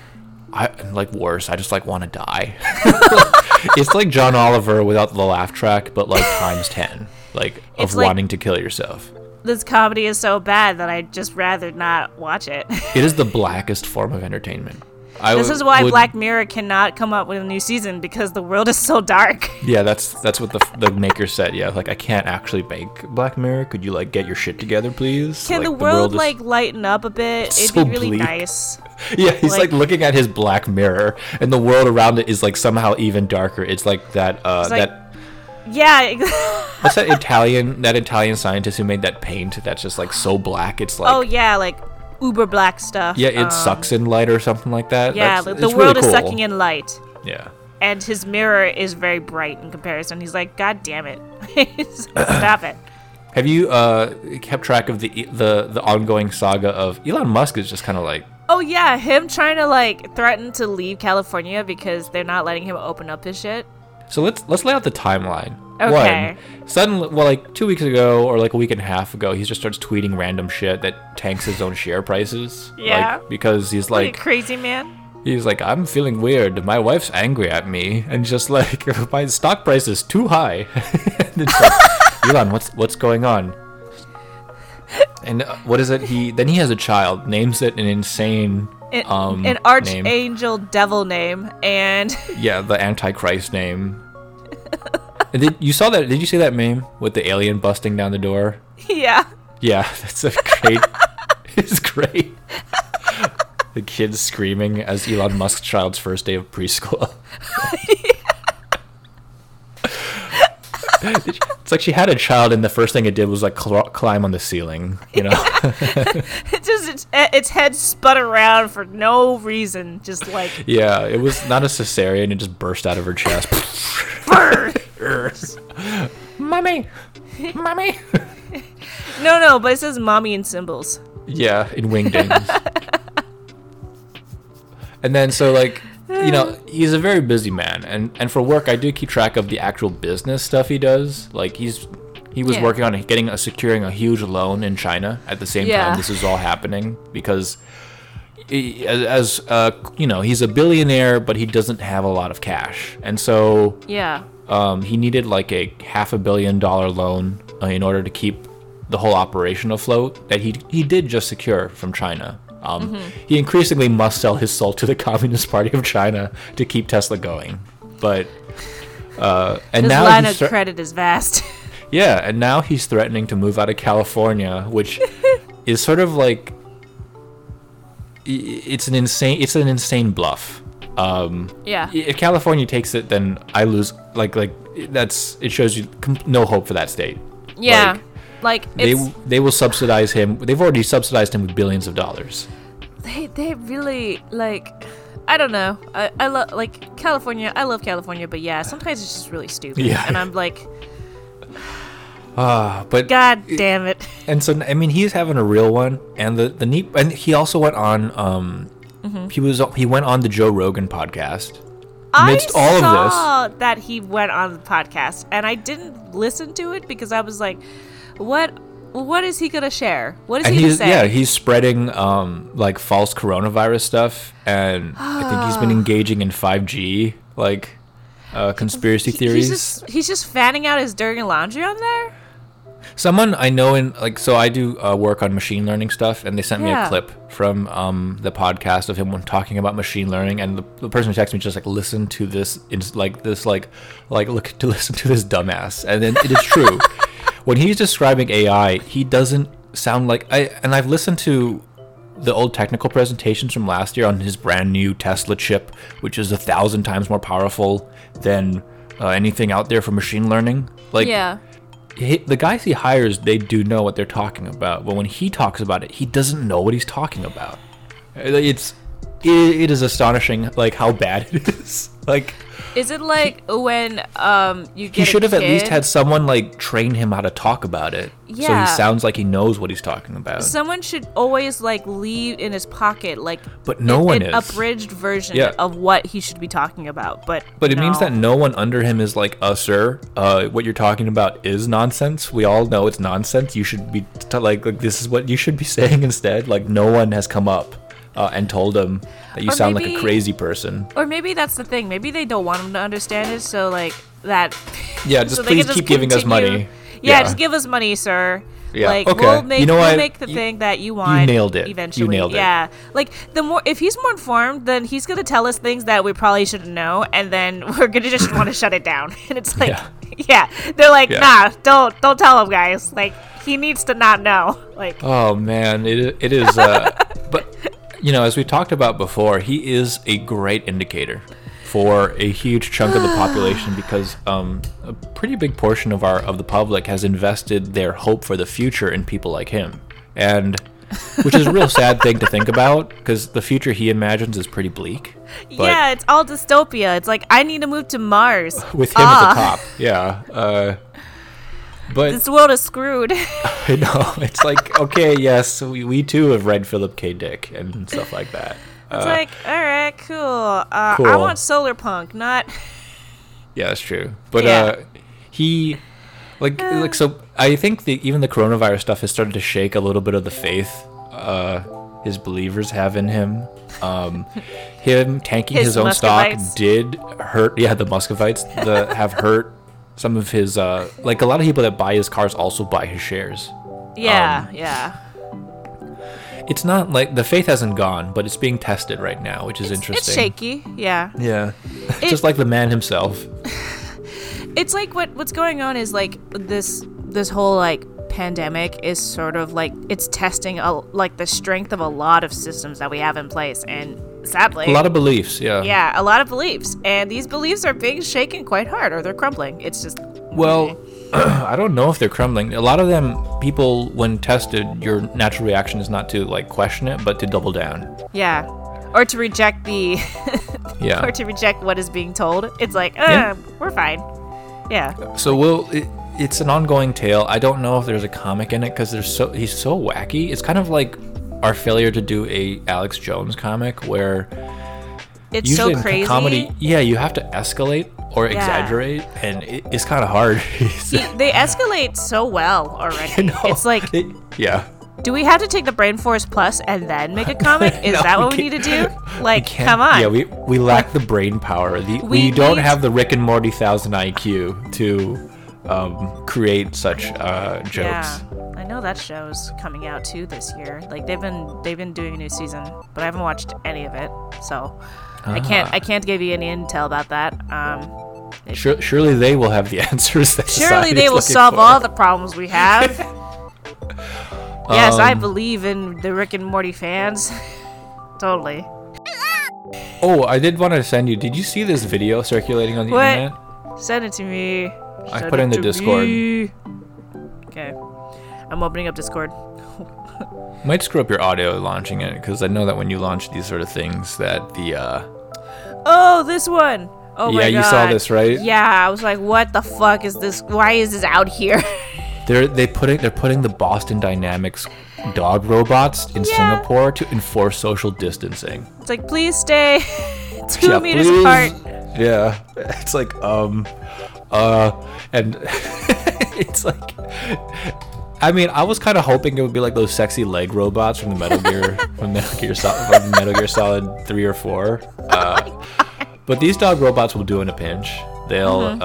S1: I like worse. I just like want to die. it's like John Oliver without the laugh track, but like times ten, like of
S2: It's like-
S1: wanting to kill yourself.
S2: This comedy is so bad that I'd just rather not watch it.
S1: It is the blackest form of entertainment. I
S2: this
S1: would-
S2: is why
S1: would-
S2: Black Mirror cannot come up with a new season because the world is so dark.
S1: Yeah, that's that's what the the maker said. Yeah, like I can't actually make Black Mirror. Could you like get your shit together, please?
S2: Can
S1: Like,
S2: the world
S1: is-
S2: like lighten up a bit? It'd
S1: so
S2: be really
S1: bleak.
S2: nice.
S1: Yeah, he's like,
S2: Like-
S1: looking at his black mirror, and the world around it is like somehow even darker. It's like that uh,
S2: like-
S1: that
S2: Yeah, ex-
S1: what's that Italian that Italian scientist who made that paint that's just like so black. It's like
S2: oh yeah, like uber black stuff.
S1: yeah, it
S2: Um,
S1: sucks in light or something like that.
S2: Yeah,
S1: That's-
S2: the-
S1: it's
S2: the
S1: really
S2: world
S1: cool.
S2: is sucking in light,
S1: Yeah,
S2: and his mirror is very bright in comparison. He's like, God damn it, stop it.
S1: have you uh, kept track of the the the ongoing saga of Elon Musk is just kind of like
S2: Oh yeah, him trying to like threaten to leave California because they're not letting him open up his shit.
S1: So let's let's lay out the timeline.
S2: Okay.
S1: One, suddenly, well, like two weeks ago or like a week and a half ago, he just starts tweeting random shit that tanks his own share prices.
S2: Yeah.
S1: Like, because he's
S2: Like,
S1: like
S2: crazy man.
S1: he's like I'm feeling weird. My wife's angry at me, and just like my stock price is too high. And it's like, Elon, what's what's going on? And uh, what is it? He then he has a child, names it an insane
S2: An,
S1: um
S2: an
S1: name.
S2: archangel devil name, and
S1: Yeah, the Antichrist name. and did you saw that? Did you see that meme with the alien busting down the door?
S2: yeah,
S1: Yeah, that's a great. it's great. The kids screaming as Elon Musk's child's first day of preschool. it's like she had a child, and the first thing it did was like cl- climb on the ceiling. You know,
S2: it just its, eh, its head spun around for no reason, just like
S1: yeah, it was not a cesarean; it just burst out of her chest.
S2: burn.
S1: Mommy, mommy.
S2: no, no, but it says mommy in symbols.
S1: Yeah, in wingdings. and then so like you know, he's a very busy man and and for work I do keep track of the actual business stuff he does. Like he's he was
S2: Yeah.
S1: working on getting a securing a huge loan in China at the same
S2: Yeah.
S1: time this is all happening because he- as, as uh, you know, he's a billionaire, but he doesn't have a lot of cash, and so
S2: Yeah,
S1: um, he needed like a half a billion dollar loan uh, in order to keep the whole operation afloat that he he did just secure from China. Um,
S2: Mm-hmm.
S1: He increasingly must sell his soul to the Communist Party of China to keep Tesla going. But uh, and
S2: this
S1: now
S2: line
S1: he's
S2: of
S1: thre-
S2: credit is vast.
S1: yeah, and now he's threatening to move out of California, which is sort of like i- i- it's an insane it's an insane bluff. Um,
S2: yeah,
S1: if California takes it, then I lose. Like like that's it shows you com- no hope for that state.
S2: yeah,
S1: Like,
S2: like,
S1: They
S2: it's,
S1: they will subsidize him. They've already subsidized him with billions of dollars.
S2: they they really like. I don't know. I, I love like California. I love California, but yeah, sometimes it's just really stupid.
S1: Yeah.
S2: And I'm like,
S1: Uh, but
S2: God damn it.
S1: and so I mean he's having a real one. And the the neat and he also went on um
S2: Mm-hmm.
S1: he was he went on the Joe Rogan podcast. Amidst
S2: I
S1: all of this-
S2: saw that he went on the podcast, and I didn't listen to it because I was like, "What? What is he gonna share? What is
S1: And
S2: he gonna
S1: he's
S2: say?"
S1: yeah he's spreading um like false coronavirus stuff. And I think he's been engaging in five G like uh, conspiracy
S2: He-
S1: theories.
S2: He's just he's just fanning out his dirty laundry on there.
S1: Someone I know in like so I do uh, work on machine learning stuff, and they sent me
S2: Yeah.
S1: a clip from um, the podcast of him talking about machine learning, and the, the person who texted me just like listen to this, it's like this like like look to listen to this dumbass, and then it is true. when he's describing AI, he doesn't sound like I. And I've listened to the old technical presentations from last year on his brand new Tesla chip, which is a thousand times more powerful than uh, anything out there for machine learning. Like
S2: yeah,
S1: he, the guys he hires, they do know what they're talking about. But when he talks about it, he doesn't know what he's talking about. Uh, It's it, it is astonishing, like how bad it is. Like
S2: is it like when um you get
S1: he should
S2: a
S1: have at least
S2: kid-
S1: had someone like train him how to talk about it, so
S2: Yeah.
S1: he sounds like he knows what he's talking about.
S2: someone should always like leave in his pocket like
S1: but no one
S2: an
S1: is.
S2: abridged version
S1: Yeah.
S2: of what he should be talking about. But
S1: but it means
S2: no.
S1: that no one under him is like, uh, sir, uh, what you're talking about is nonsense. We all know it's nonsense. You should be t- like, like, this is what you should be saying instead. Like, no one has come up uh, and told him that you
S2: Or
S1: sound like
S2: maybe-
S1: a crazy person.
S2: Or maybe that's the thing. Maybe they don't want him to understand it, so like that.
S1: Yeah, just
S2: so they can
S1: please keep giving us
S2: continue-
S1: money.
S2: Yeah,
S1: Yeah.
S2: just give us money, sir.
S1: Yeah,
S2: Like
S1: okay.
S2: we'll make
S1: You know
S2: we'll
S1: what?
S2: make the
S1: You-
S2: thing that you want.
S1: nailed it. You
S2: Eventually,
S1: nailed it.
S2: yeah. Like the more if he's more informed, then he's gonna tell us things that we probably shouldn't know, and then we're gonna just want to shut it down. And it's like,
S1: Yeah.
S2: yeah, they're like,
S1: Yeah.
S2: nah, don't don't tell him, guys. Like he needs to not know. Like
S1: Oh man, it it is. Uh, but you know, as we talked about before, he is a great indicator for a huge chunk of the population because um, a pretty big portion of our of the public has invested their hope for the future in people like him, and which is a real sad thing to think about because the future he imagines is pretty bleak. But
S2: yeah, it's all dystopia. It's like I need to move to Mars.
S1: with him at
S2: Ah.
S1: the top, yeah. Uh, but
S2: This world is screwed.
S1: I know. It's like, okay, yes, we, we too have read Philip K. Dick and stuff like that.
S2: It's like, all right, cool. Uh, I
S1: Uh, cool.
S2: want solar punk, not.
S1: Yeah, that's true. But
S2: Yeah. Uh.
S1: uh, he, like, like so. I think the even the coronavirus stuff has started to shake a little bit of the faith uh, his believers have in him. Um, him tanking his,
S2: His
S1: own
S2: Muscovites.
S1: stock did hurt. Yeah, the Muscovites the have hurt some of his uh, like a lot of people that buy his cars also buy his shares.
S2: Yeah,
S1: Um,
S2: yeah.
S1: It's not like the faith hasn't gone, but it's being tested right now, which is interesting.
S2: It's shaky. Yeah.
S1: Yeah,
S2: It-
S1: just like the man himself.
S2: It's like what what's going on is like this this whole like pandemic is sort of like it's testing a, like the strength of a lot of systems that we have in place and sadly
S1: A lot of beliefs. Yeah.
S2: yeah, a lot of beliefs. And these beliefs are being shaken quite hard or they're crumbling. It's just
S1: Well, I don't know if they're crumbling. A lot of them, people, when tested, your natural reaction is not to like question it, but to double down.
S2: yeah. Or to reject the
S1: Yeah.
S2: or to reject what is being told. It's like, uh,
S1: Yeah.
S2: we're fine. Yeah.
S1: So we'll. It, it's an ongoing tale. I don't know if there's a comic in it because there's so he's so wacky. It's kind of like our failure to do a Alex Jones comic where
S2: It's
S1: usually
S2: so
S1: in
S2: crazy.
S1: comedy, yeah, you have to escalate or exaggerate, and it, it's kind of hard.
S2: Y- They escalate so well already.
S1: You know?
S2: It's like,
S1: It- yeah,
S2: do we have to take the Brain Force Plus and then make a comic? Is
S1: No,
S2: that
S1: we
S2: what we need to
S1: can't-
S2: do? Like,
S1: Can't-
S2: come on.
S1: Yeah, we we lack the brain power. The, we,
S2: We
S1: don't
S2: need-
S1: have the Rick and Morty thousand IQ to um, create such uh, jokes.
S2: yeah. I know that show's coming out too this year. Like they've been they've been doing a new season, but I haven't watched any of it, so I
S1: Ah.
S2: can't I can't give you any intel about that. Um,
S1: Sur- surely they will have the answers. That
S2: surely they will solve all the problems we have. yes,
S1: Um,
S2: I believe in the Rick and Morty fans. totally.
S1: Oh, I did want to send you. Did you see this video circulating on the
S2: What?
S1: internet?
S2: Send it to me.
S1: I
S2: Send
S1: put in the
S2: to
S1: Discord.
S2: me. Okay. I'm opening up Discord.
S1: Might screw up your audio launching it because I know that when you launch these sort of things, that the uh,
S2: Oh, this one. Oh my
S1: Yeah,
S2: god.
S1: you saw this, right?
S2: Yeah, I was like, what the fuck is this? Why is this out here?
S1: they're they putting they're putting the Boston Dynamics dog robots in
S2: Yeah.
S1: Singapore to enforce social distancing.
S2: it's like, please stay two
S1: Yeah,
S2: meters
S1: please.
S2: apart.
S1: Yeah, it's like um, uh, and it's like, I mean, I was kind of hoping it would be like those sexy leg robots from the Metal Gear from Metal Gear Solid from Metal Gear Solid three or four.
S2: Oh
S1: Uh, but these dog robots will do in a pinch. They'll
S2: Mm-hmm.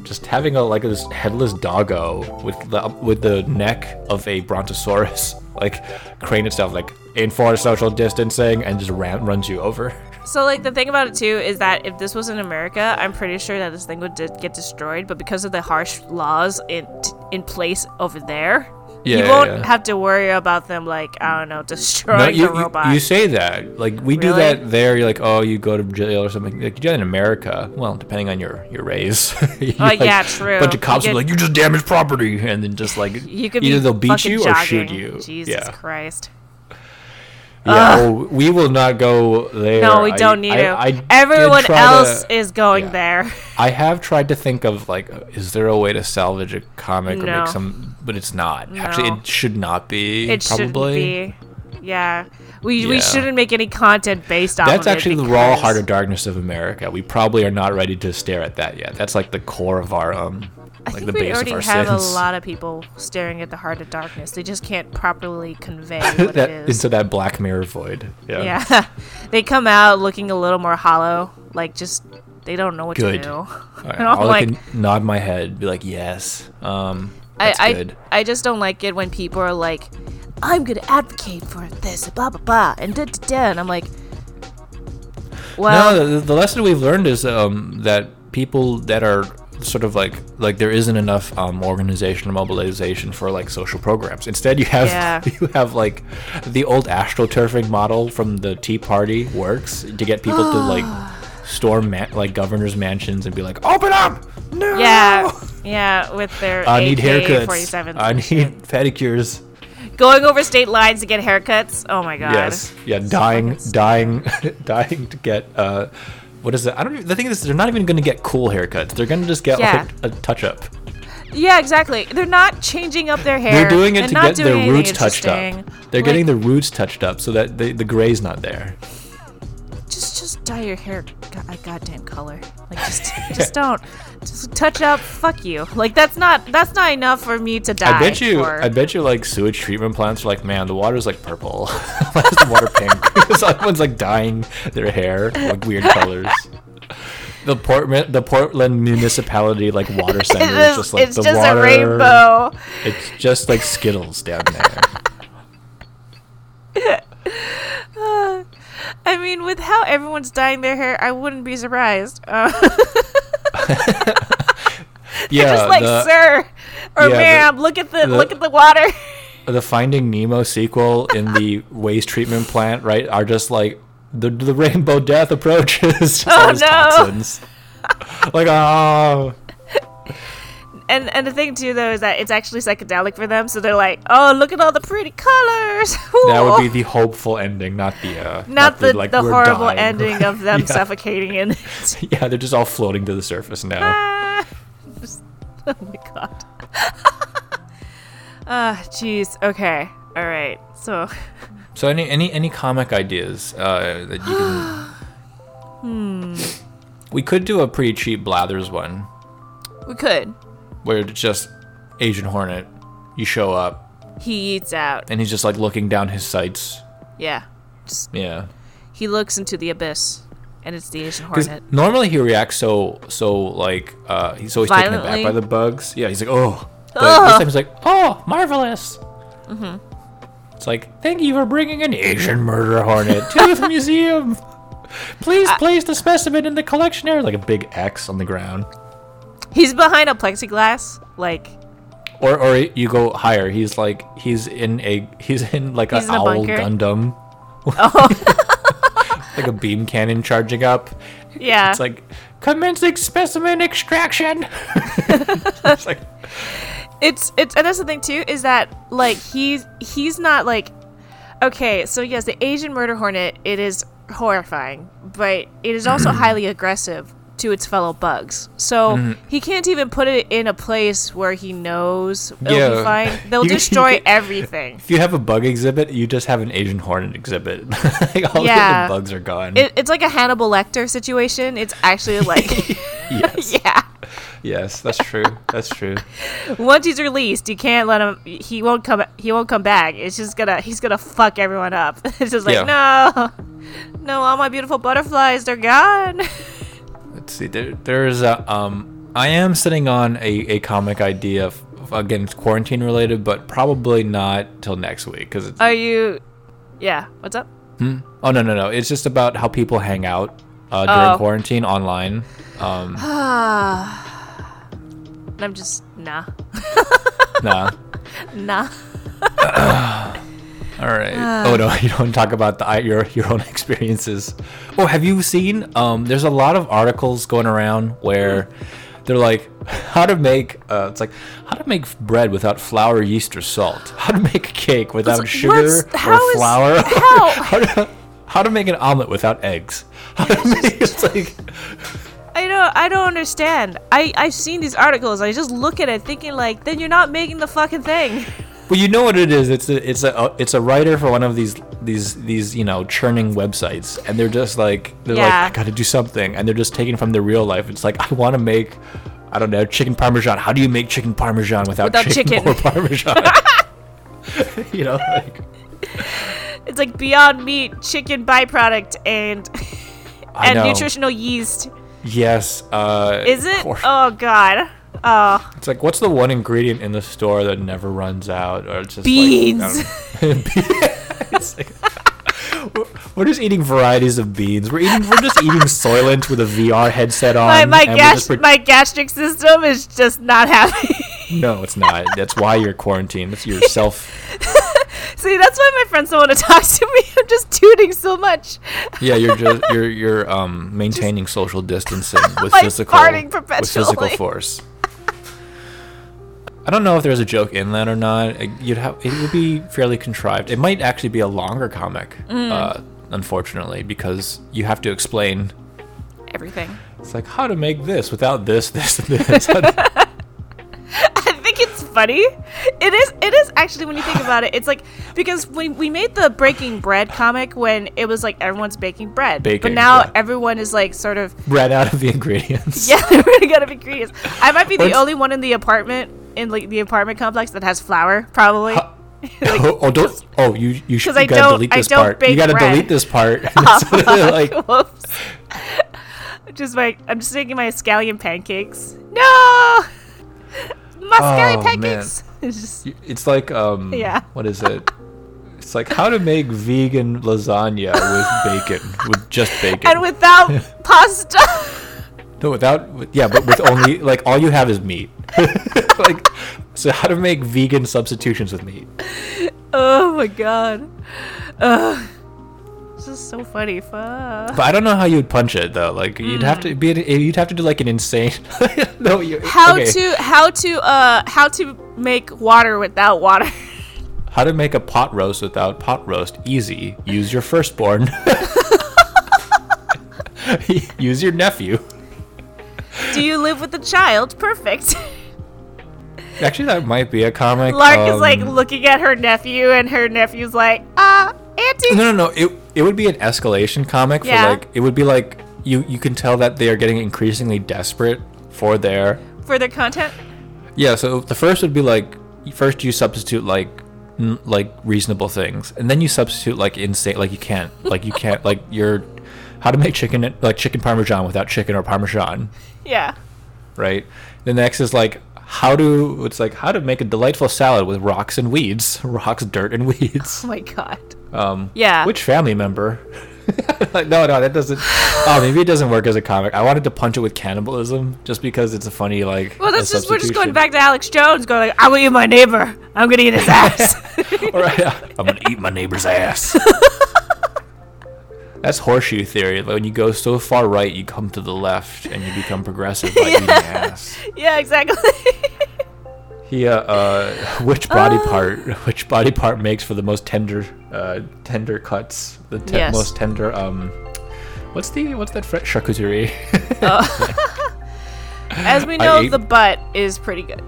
S1: uh, just having a like this headless doggo with the with the neck of a brontosaurus, like crane itself, like enforce social distancing, and just ram- runs you over.
S2: So, like, the thing about it, too, is that if this was in America, I'm pretty sure that this thing would di- get destroyed. But because of the harsh laws in, in place over there, you
S1: Yeah,
S2: won't
S1: yeah.
S2: have to worry about them, like, I don't know, destroying
S1: No, you,
S2: the
S1: you-
S2: robot.
S1: you say that. Like we do
S2: Really?
S1: that there. You're like, oh, you go to jail or something. Like you do that in America. Well, depending on your your race. You,
S2: Oh, yeah, true.
S1: Bunch of
S2: You
S1: cops
S2: get-
S1: are like, you just damaged property, and then just like
S2: You could
S1: either
S2: be
S1: they'll beat
S2: fucking
S1: you or shoot
S2: jogging.
S1: you.
S2: Jesus
S1: yeah,
S2: Christ.
S1: yeah. oh, we will not go there.
S2: No, we
S1: I-
S2: don't need
S1: I-
S2: to.
S1: I did
S2: Everyone
S1: try to-
S2: else is going
S1: yeah.
S2: there.
S1: I have tried to think of like, uh, is there a way to salvage a comic or
S2: No.
S1: make some? But it's not. Actually,
S2: No.
S1: it should not be.
S2: It
S1: probably.
S2: shouldn't be. Yeah. We, we
S1: Yeah.
S2: shouldn't make any content based on
S1: That's actually the raw heart of darkness of America. We probably are not ready to stare at that yet. That's like the core of our um,
S2: I
S1: like
S2: think
S1: the
S2: we
S1: base of
S2: already
S1: our
S2: have
S1: sins.
S2: a lot of people staring at the heart of darkness. They just can't properly convey what
S1: that,
S2: it is.
S1: into that black mirror void. Yeah.
S2: yeah. they come out looking a little more hollow. Like, just, they don't know what
S1: Good.
S2: to do.
S1: All right,
S2: And I'm
S1: I'll
S2: like,
S1: like, nod my head, be like, yes. Um,
S2: I,
S1: that's
S2: I,
S1: good.
S2: I just don't like it when people are like, I'm gonna advocate for this, blah blah blah, and da da da, and I'm like, well,
S1: no, the, the lesson we've learned is um, that people that are sort of like like there isn't enough um, organization or mobilization for like social programs. Instead, you have
S2: Yeah.
S1: you have like the old astroturfing model from the Tea Party works to get people to like storm ma- like governors' mansions and be like, "Open up! No,
S2: yeah, yeah, with their
S1: I need haircuts.
S2: AK-47s
S1: I need pedicures."
S2: going over state lines to get haircuts. Oh my god.
S1: Yes. Yeah, dying,
S2: fucking
S1: dying, dying to get. Uh, what is it? I don't. Even, the thing is, they're not even going to get cool haircuts. They're going to just get
S2: Yeah.
S1: like a touch up.
S2: Yeah, exactly. They're not changing up their hair.
S1: They're doing it
S2: and
S1: to
S2: not
S1: get their
S2: doing anything
S1: roots touched up.
S2: interesting.
S1: They're
S2: Like,
S1: getting their roots touched up so that they, the gray's not there.
S2: just just dye your hair go- a goddamn color. Like just just don't just touch up. Fuck you. Like that's not that's not enough for me to die.
S1: I bet you.
S2: for.
S1: I bet you like sewage treatment plants are like, man, the water's like purple. Why is the water pink? Someone's like dyeing their hair like weird colors. the Portland, the Portland municipality like water
S2: It
S1: center
S2: is-
S1: is just like
S2: it's
S1: the
S2: just
S1: water.
S2: a rainbow.
S1: It's just like Skittles down there.
S2: I mean, with how everyone's dyeing their hair, I wouldn't be surprised. Uh,
S1: Yeah,
S2: just like,
S1: the,
S2: sir
S1: yeah,
S2: or
S1: the-
S2: ma'am, look at the,
S1: the-
S2: look at the water.
S1: the Finding Nemo sequel in the waste treatment plant, right, are just like the the rainbow death approaches. just all
S2: Oh,
S1: these
S2: no.
S1: toxins. like oh,
S2: And and the thing too though is that it's actually psychedelic for them, so they're like, oh, look at all the pretty colors.
S1: that would
S2: Ooh."
S1: be the hopeful ending, not the uh,
S2: Oh. not the, the
S1: we're
S2: horrible
S1: dying.
S2: ending of them
S1: Yeah.
S2: suffocating in it.
S1: Yeah, they're just all floating to the surface now.
S2: Ah, just- oh my god. Ah, jeez. Okay. All right. So,
S1: So any any any comic ideas uh, that you can?
S2: Hmm.
S1: We could do a pretty cheap Blathers one
S2: we could.
S1: where it's just Asian Hornet. You show up
S2: He eats out.
S1: and he's just like looking down his sights.
S2: Yeah. Just,
S1: Yeah,
S2: he looks into the abyss, and it's the Asian
S1: because
S2: hornet.
S1: normally he reacts so so like uh, he's always taken
S2: Violently?
S1: aback by the bugs. Yeah, he's like oh, but
S2: Ugh. Mm-hmm.
S1: this time he's like oh marvelous. It's like thank you for bringing an Asian murder hornet to the museum. Please place the specimen in the collection area, like a big X on the ground.
S2: He's behind a plexiglass. Like,
S1: Or or you go higher. He's like he's in a he's in like
S2: He's
S1: an
S2: in
S1: owl
S2: a bunker.
S1: Gundam. like a beam cannon charging up.
S2: yeah.
S1: It's like commencing specimen extraction. it's like
S2: it's it's and that's the thing too is that like he's he's not like okay so yes the asian murder hornet it is horrifying but it is also highly aggressive to its fellow bugs so
S1: Mm-hmm.
S2: he can't even put it in a place where he knows it'll be
S1: Yeah.
S2: fine they'll
S1: You-
S2: destroy
S1: you-
S2: everything
S1: if you have a bug exhibit, you just have an Asian hornet exhibit. like all
S2: Yeah.
S1: the other bugs are gone.
S2: it, it's like a hannibal lecter situation it's actually like
S1: yes.
S2: yeah
S1: Yes, that's true. That's true.
S2: once he's released you can't let him he won't come he won't come back it's just gonna he's gonna fuck everyone up it's just like no no all my beautiful butterflies they're gone
S1: Let's see. There, there's a. Um, I am sitting on a, a comic idea. F- again, it's quarantine related, but probably not till next week. Cause it's,
S2: are you yeah what's up
S1: oh no no no, it's just about how people hang out uh, during
S2: Oh.
S1: quarantine online. Um,
S2: Ah, i'm just nah
S1: nah.
S2: nah
S1: All right.
S2: Ah.
S1: oh no, you don't talk about the, your your own experiences. Oh, have you seen? Um, there's a lot of articles going around
S2: Hmm.
S1: where they're like, how to make. Uh, it's like how to make bread without flour, yeast, or salt. How to make a cake without
S2: What's-
S1: sugar
S2: how
S1: or
S2: is-
S1: flour.
S2: how?
S1: how, to, how to make an omelet without eggs. How to make, it's like
S2: i don't i don't understand i i've seen these articles i just look at it thinking like then you're not making the fucking thing
S1: Well, you know what it is. It's a it's a it's a writer for one of these these these you know churning websites, and they're just like they're
S2: Yeah.
S1: like I got to do something, and they're just taking from their real life. It's like I want to make, I don't know, chicken parmesan. How do you make chicken parmesan without,
S2: Without chicken.
S1: or parmesan? you know, like
S2: it's like beyond meat chicken byproduct and
S1: I
S2: and
S1: know.
S2: nutritional yeast
S1: Yes. Uh,
S2: Is it?
S1: or-
S2: Oh God. Oh,
S1: It's like what's the one ingredient in the store that never runs out, or it's just Like, I
S2: beans.
S1: don't- It's like- we're- we're just eating varieties of beans. We're eating. We're just eating Soylent with a VR headset on.
S2: my
S1: Um,
S2: my,
S1: and we're
S2: gas-
S1: just pre-
S2: my gastric system is just not happy.
S1: no, it's not. That's why you're quarantined. That's yourself.
S2: See, that's why my friends don't want to talk to me. I'm just tooting so much.
S1: Yeah, you're just you're you're um maintaining social distancing with
S2: Like
S1: physical
S2: farting
S1: with physical
S2: perpetually.
S1: force. I don't know if there's a joke in that or not. Uh, You'd have it would be fairly contrived. It might actually be a longer comic,
S2: Mm.
S1: uh, unfortunately, because you have to explain
S2: Everything.
S1: It's like how to make this without this, this, and this. How to-
S2: I think it's funny. It is. It is actually when you think about it. It's like because we we made the breaking bread comic when it was like everyone's baking bread, but
S1: Baking,
S2: now
S1: yeah.
S2: everyone is like sort of
S1: Ran out of the ingredients.
S2: yeah. They're really gonna be creative. I might be the
S1: What's-
S2: only one in the apartment in like the apartment complex that has flour, probably.
S1: oh, oh, don't. Oh, you you should.
S2: 'Cause I
S1: You gotta
S2: don't- Oh.
S1: delete
S2: I
S1: this
S2: don't
S1: part. You
S2: bake
S1: gotta
S2: bread.
S1: delete this part. That's what they're like
S2: Whoops. just like I'm just making my scallion pancakes. No, my
S1: Oh,
S2: scallion
S1: man.
S2: pancakes. It's just
S1: It's like um
S2: Yeah.
S1: what is it? It's like how to make vegan lasagna with bacon, with just bacon.
S2: and without pasta.
S1: no, without with- yeah, but with only like all you have is meat. like so how to make vegan substitutions with meat.
S2: Oh my god. Ugh. This is so funny. Fuck.
S1: But I don't know how you'd punch it though. Like you'd have to be you'd have to do like an insane No, you
S2: Hmm. How
S1: okay.
S2: to how to uh how to make water without water.
S1: How to make a pot roast without pot roast. Easy. Use your firstborn. Use your nephew.
S2: Do you live with a child? Perfect.
S1: Actually, that might be a comic.
S2: Lark is like
S1: um,
S2: looking at her nephew and her nephew's like, uh, auntie.
S1: No, no, no. It it would be an escalation comic
S2: Yeah.
S1: for like it would be like you you can tell that they are getting increasingly desperate for their
S2: Further content?
S1: yeah. So the first would be like first you substitute like n- like reasonable things, and then you substitute like insane like you can't like you can't like your how to make chicken like chicken parmesan without chicken or parmesan.
S2: Yeah.
S1: right? The next is like how to it's like how to make a delightful salad with rocks and weeds, rocks, dirt, and weeds.
S2: Oh my god.
S1: Um,
S2: Yeah.
S1: Which family member? like, no, no, that doesn't. Oh, maybe it doesn't work as a comic. I wanted to punch it with cannibalism just because it's a funny like.
S2: well,
S1: a
S2: that's just we're just going
S1: substitution.
S2: back to Alex Jones, going like, I'm gonna eat my neighbor. I'm gonna eat his ass.
S1: All right, yeah. I'm gonna eat my neighbor's ass. That's horseshoe theory. Like when you go so far right, you come to the left, and you become progressive by eating ass.
S2: yeah, exactly.
S1: He, uh, uh, which body part? Which body part makes for the most tender, uh, tender cuts? The te-
S2: Yes.
S1: most tender. Um, what's the what's that French charcuterie?
S2: As we know,
S1: ate-
S2: the butt is pretty good.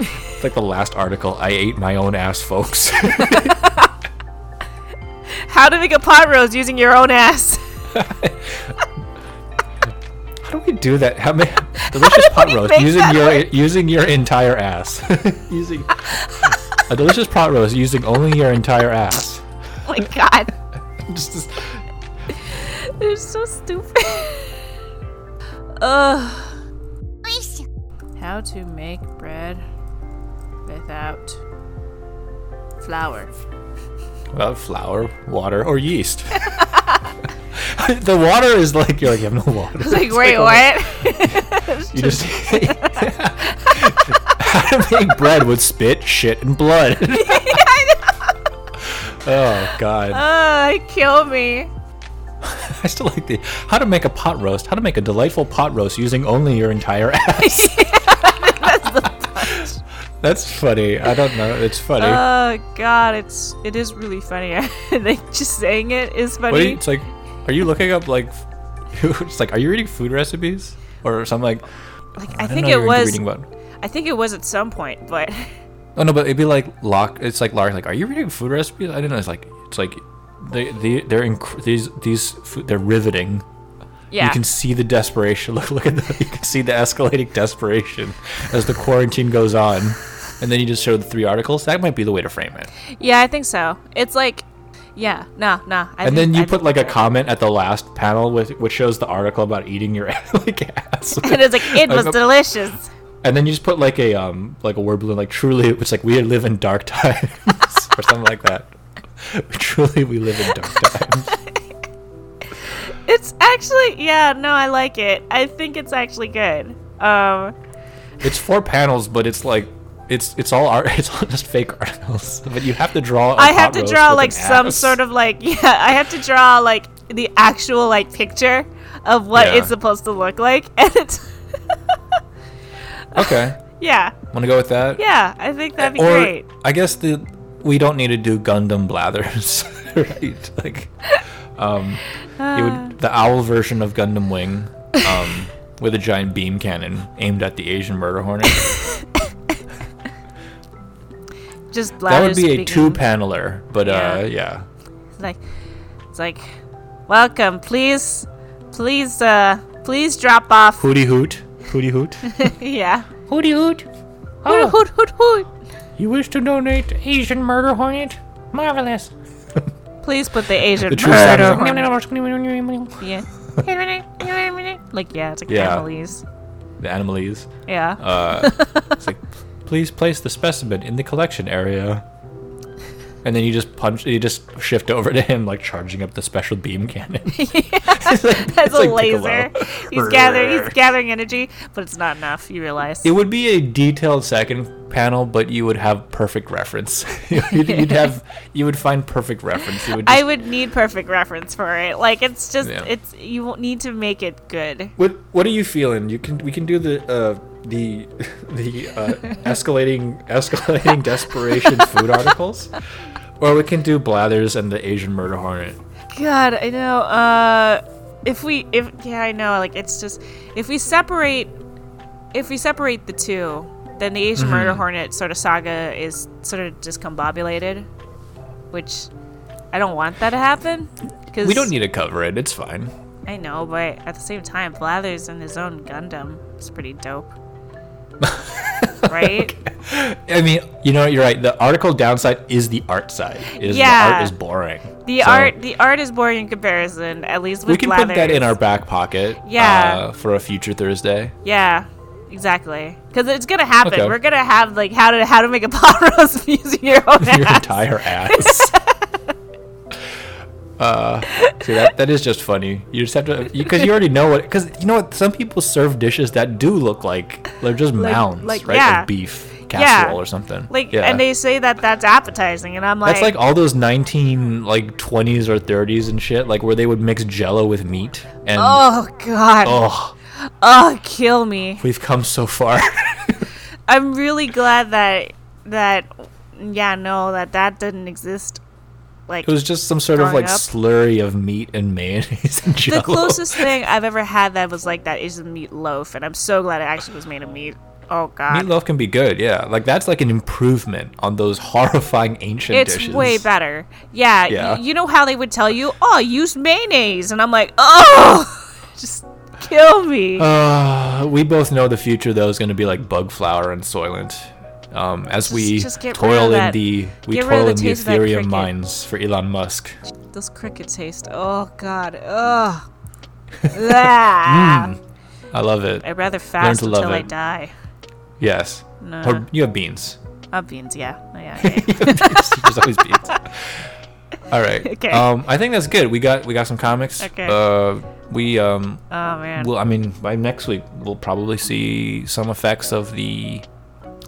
S1: it's like the last article. I ate my own ass, folks.
S2: How to make a pot roast using your own ass.
S1: How do we do that? How many delicious pot
S2: we
S1: roast
S2: make
S1: using
S2: that
S1: your using your entire ass? using a delicious pot roast using only your entire ass.
S2: Oh my god.
S1: Just, just-
S2: They're so stupid. Ugh. How to make bread without flour.
S1: Without uh, flour, water, or yeast. the water is like you're like you have no water.
S2: It's like, wait, what?
S1: You just how to make bread with spit, shit, and blood. oh god,
S2: Ugh, kill me.
S1: I still like the how to make a pot roast. How to make a delightful pot roast using only your entire ass. That's funny. I don't know. It's funny.
S2: Oh god, it's it is really funny. like just saying it is
S1: what do
S2: funny.
S1: you, it's like, are you looking up like, it's like, are you reading food recipes or something like?
S2: like I,
S1: I, don't
S2: think
S1: know you're
S2: it
S1: into
S2: was
S1: reading about.
S2: I think it was at some point, but
S1: Oh no, but it'd be like lock. It's like Lark. Like, are you reading food recipes? I didn't know. It's like it's like they they they're inc- these these food, they're riveting.
S2: yeah.
S1: You can see the desperation. Look look at the you can see the escalating desperation as the quarantine goes on, and then you just show the three articles. That might be the way to frame it.
S2: yeah, I think so. It's like yeah, nah, nah. I
S1: And
S2: think-
S1: then
S2: I
S1: you
S2: think
S1: put like
S2: you're
S1: a
S2: right.
S1: comment at the last panel with which shows the article about eating your like ass.
S2: and it's like it was
S1: Like a-
S2: delicious.
S1: And then you just put like a um like a word balloon like truly it's like we live in dark times or something like that. truly we live in dark times.
S2: It's actually yeah, no, I like it. I think it's actually good. Um
S1: It's four panels, but it's like it's it's all art it's all just fake articles. But you have to draw a
S2: I have
S1: pot
S2: to
S1: roast
S2: draw
S1: with
S2: like
S1: an
S2: some
S1: ass.
S2: sort of like yeah, I have to draw like the actual like picture of what
S1: Yeah.
S2: it's supposed to look like and it's
S1: Okay.
S2: yeah.
S1: Wanna go with that?
S2: Yeah, I think that'd be
S1: or
S2: great.
S1: I guess the we don't need to do Gundam blathers. right? Like um it
S2: Ah.
S1: would the owl version of Gundam Wing. Um with a giant beam cannon aimed at the Asian murder hornet.
S2: Just
S1: That
S2: bladder
S1: would be a
S2: speaking.
S1: two paneler, but
S2: Yeah.
S1: uh yeah.
S2: It's like it's like welcome, please please uh please drop off
S1: Hootie hoot. Hootie hoot.
S2: yeah.
S1: Hootie hoot. Ah.
S2: Hoot hoot hoot hoot.
S1: You wish to donate Asian murder hornet? Marvelous.
S2: Please put the Asian
S1: The true
S2: murder
S1: sound
S2: horn.
S1: is-
S2: Yeah. Like yeah, it's like
S1: Yeah.
S2: families.
S1: the animalese.
S2: Yeah.
S1: Uh, it's like, please place the specimen in the collection area. And then you just punch, you just shift over to him, like charging up the special beam cannon.
S2: That's
S1: It's
S2: a
S1: like Piccolo.
S2: laser. He's gathering he's gathering energy, but it's not enough, you realize.
S1: It would be a detailed second panel, but you would have perfect reference. you'd, you'd have, you would find perfect reference. You would just,
S2: I would need perfect reference for it. Like it's just
S1: Yeah.
S2: it's you won't need to make it good.
S1: what What are you feeling? You can, we can do the, uh, the, the uh, escalating, escalating desperation food articles, or we can do Blathers and the Asian murder hornet.
S2: God, I know. Uh if we if yeah, I know. Like it's just if we separate if we separate the two, then the Asian
S1: Mm-hmm.
S2: Murder Hornet sort of saga is sort of discombobulated, which I don't want that to happen. Cause
S1: We don't need to cover it. It's fine.
S2: I know, but at the same time, Blathers in his own Gundam is pretty dope. right?
S1: I mean, you know, you're right. The article downside is the art side. Is the
S2: Yeah.
S1: art is boring.
S2: The
S1: So,
S2: art the art is boring in comparison, at least with
S1: We can
S2: Blathers.
S1: put that in our back pocket.
S2: Yeah.
S1: Uh, for a future Thursday.
S2: Yeah. Exactly. Cuz it's going to happen.
S1: Okay.
S2: We're going to have like how to how to make a plot roast using your own
S1: Your
S2: ass.
S1: entire ass. uh, see that that is just funny. You just have to because you, already know what. Because you know what, some people serve dishes that do look like they're just mounds,
S2: like-
S1: right?
S2: yeah.
S1: Of beef
S2: Yeah.
S1: casserole or something.
S2: Like
S1: yeah.
S2: and they say that that's appetizing and I'm like,
S1: That's like all those 19 like 20s or 30s and shit like where they would mix jello with meat and oh,
S2: Oh god. Oh. kill me.
S1: we've come so far.
S2: I'm really glad that that yeah, no, that that didn't exist. Like
S1: it was just some sort of
S2: Growing
S1: like
S2: up.
S1: slurry of meat and mayonnaise and jello.
S2: the closest thing I've ever had that was like that is a meatloaf, and I'm so glad it actually was made of meat. Oh god,
S1: meatloaf can be good. Yeah. Like that's like an improvement on those horrifying ancient
S2: it's
S1: dishes.
S2: way better. Yeah, y-
S1: Yeah.
S2: you know how they would tell you, "Oh, use mayonnaise," and I'm like, "Oh, just kill me."
S1: Uh, we both know the future though is going to be like bug flour and soylent. Um, as we
S2: just get rid of
S1: toil in
S2: that-
S1: the we
S2: get rid
S1: toil
S2: of the
S1: in the
S2: taste of that
S1: Ethereum
S2: cricket.
S1: mines for Elon Musk.
S2: Those cricket taste. Oh god. Ugh. Ah.
S1: I love it.
S2: I'd rather fast
S1: Mm. love
S2: until I
S1: it.
S2: die.
S1: Yes.
S2: No.
S1: Or you have beans.
S2: Oh, beans. Yeah. Yeah. yeah.
S1: There's always beats. All right.
S2: Okay.
S1: Um, I think that's good. We got we got some comics.
S2: Okay.
S1: Uh, we um,
S2: oh man.
S1: well, I mean, by next week we'll probably see some effects of the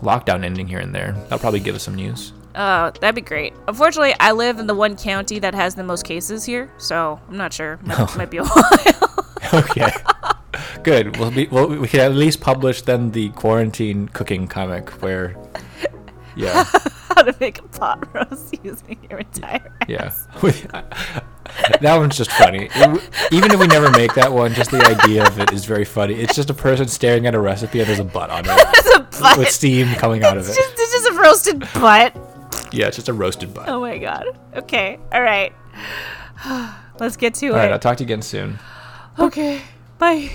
S1: lockdown ending here and there. That'll probably give us some news.
S2: Oh, that'd be great. Unfortunately, I live in the one county that has the most cases here, so I'm not sure. Might,
S1: Oh.
S2: might be a while.
S1: Okay. good. We'll be well, we can at least publish then the quarantine cooking comic where. Yeah.
S2: How to make a pot roast using your entire
S1: Yeah. that one's just funny. It- Even if we never make that one, just the idea of it is very funny. It's just a person staring at a recipe and there's a butt on it
S2: It's a butt.
S1: with
S2: It's
S1: steam coming out of it.
S2: just, it's just a roasted butt.
S1: Yeah, it's just a roasted butt.
S2: Oh my god. Okay. All right. Let's get to
S1: All right, I'll
S2: it.
S1: talk to you again soon.
S2: okay. Bye.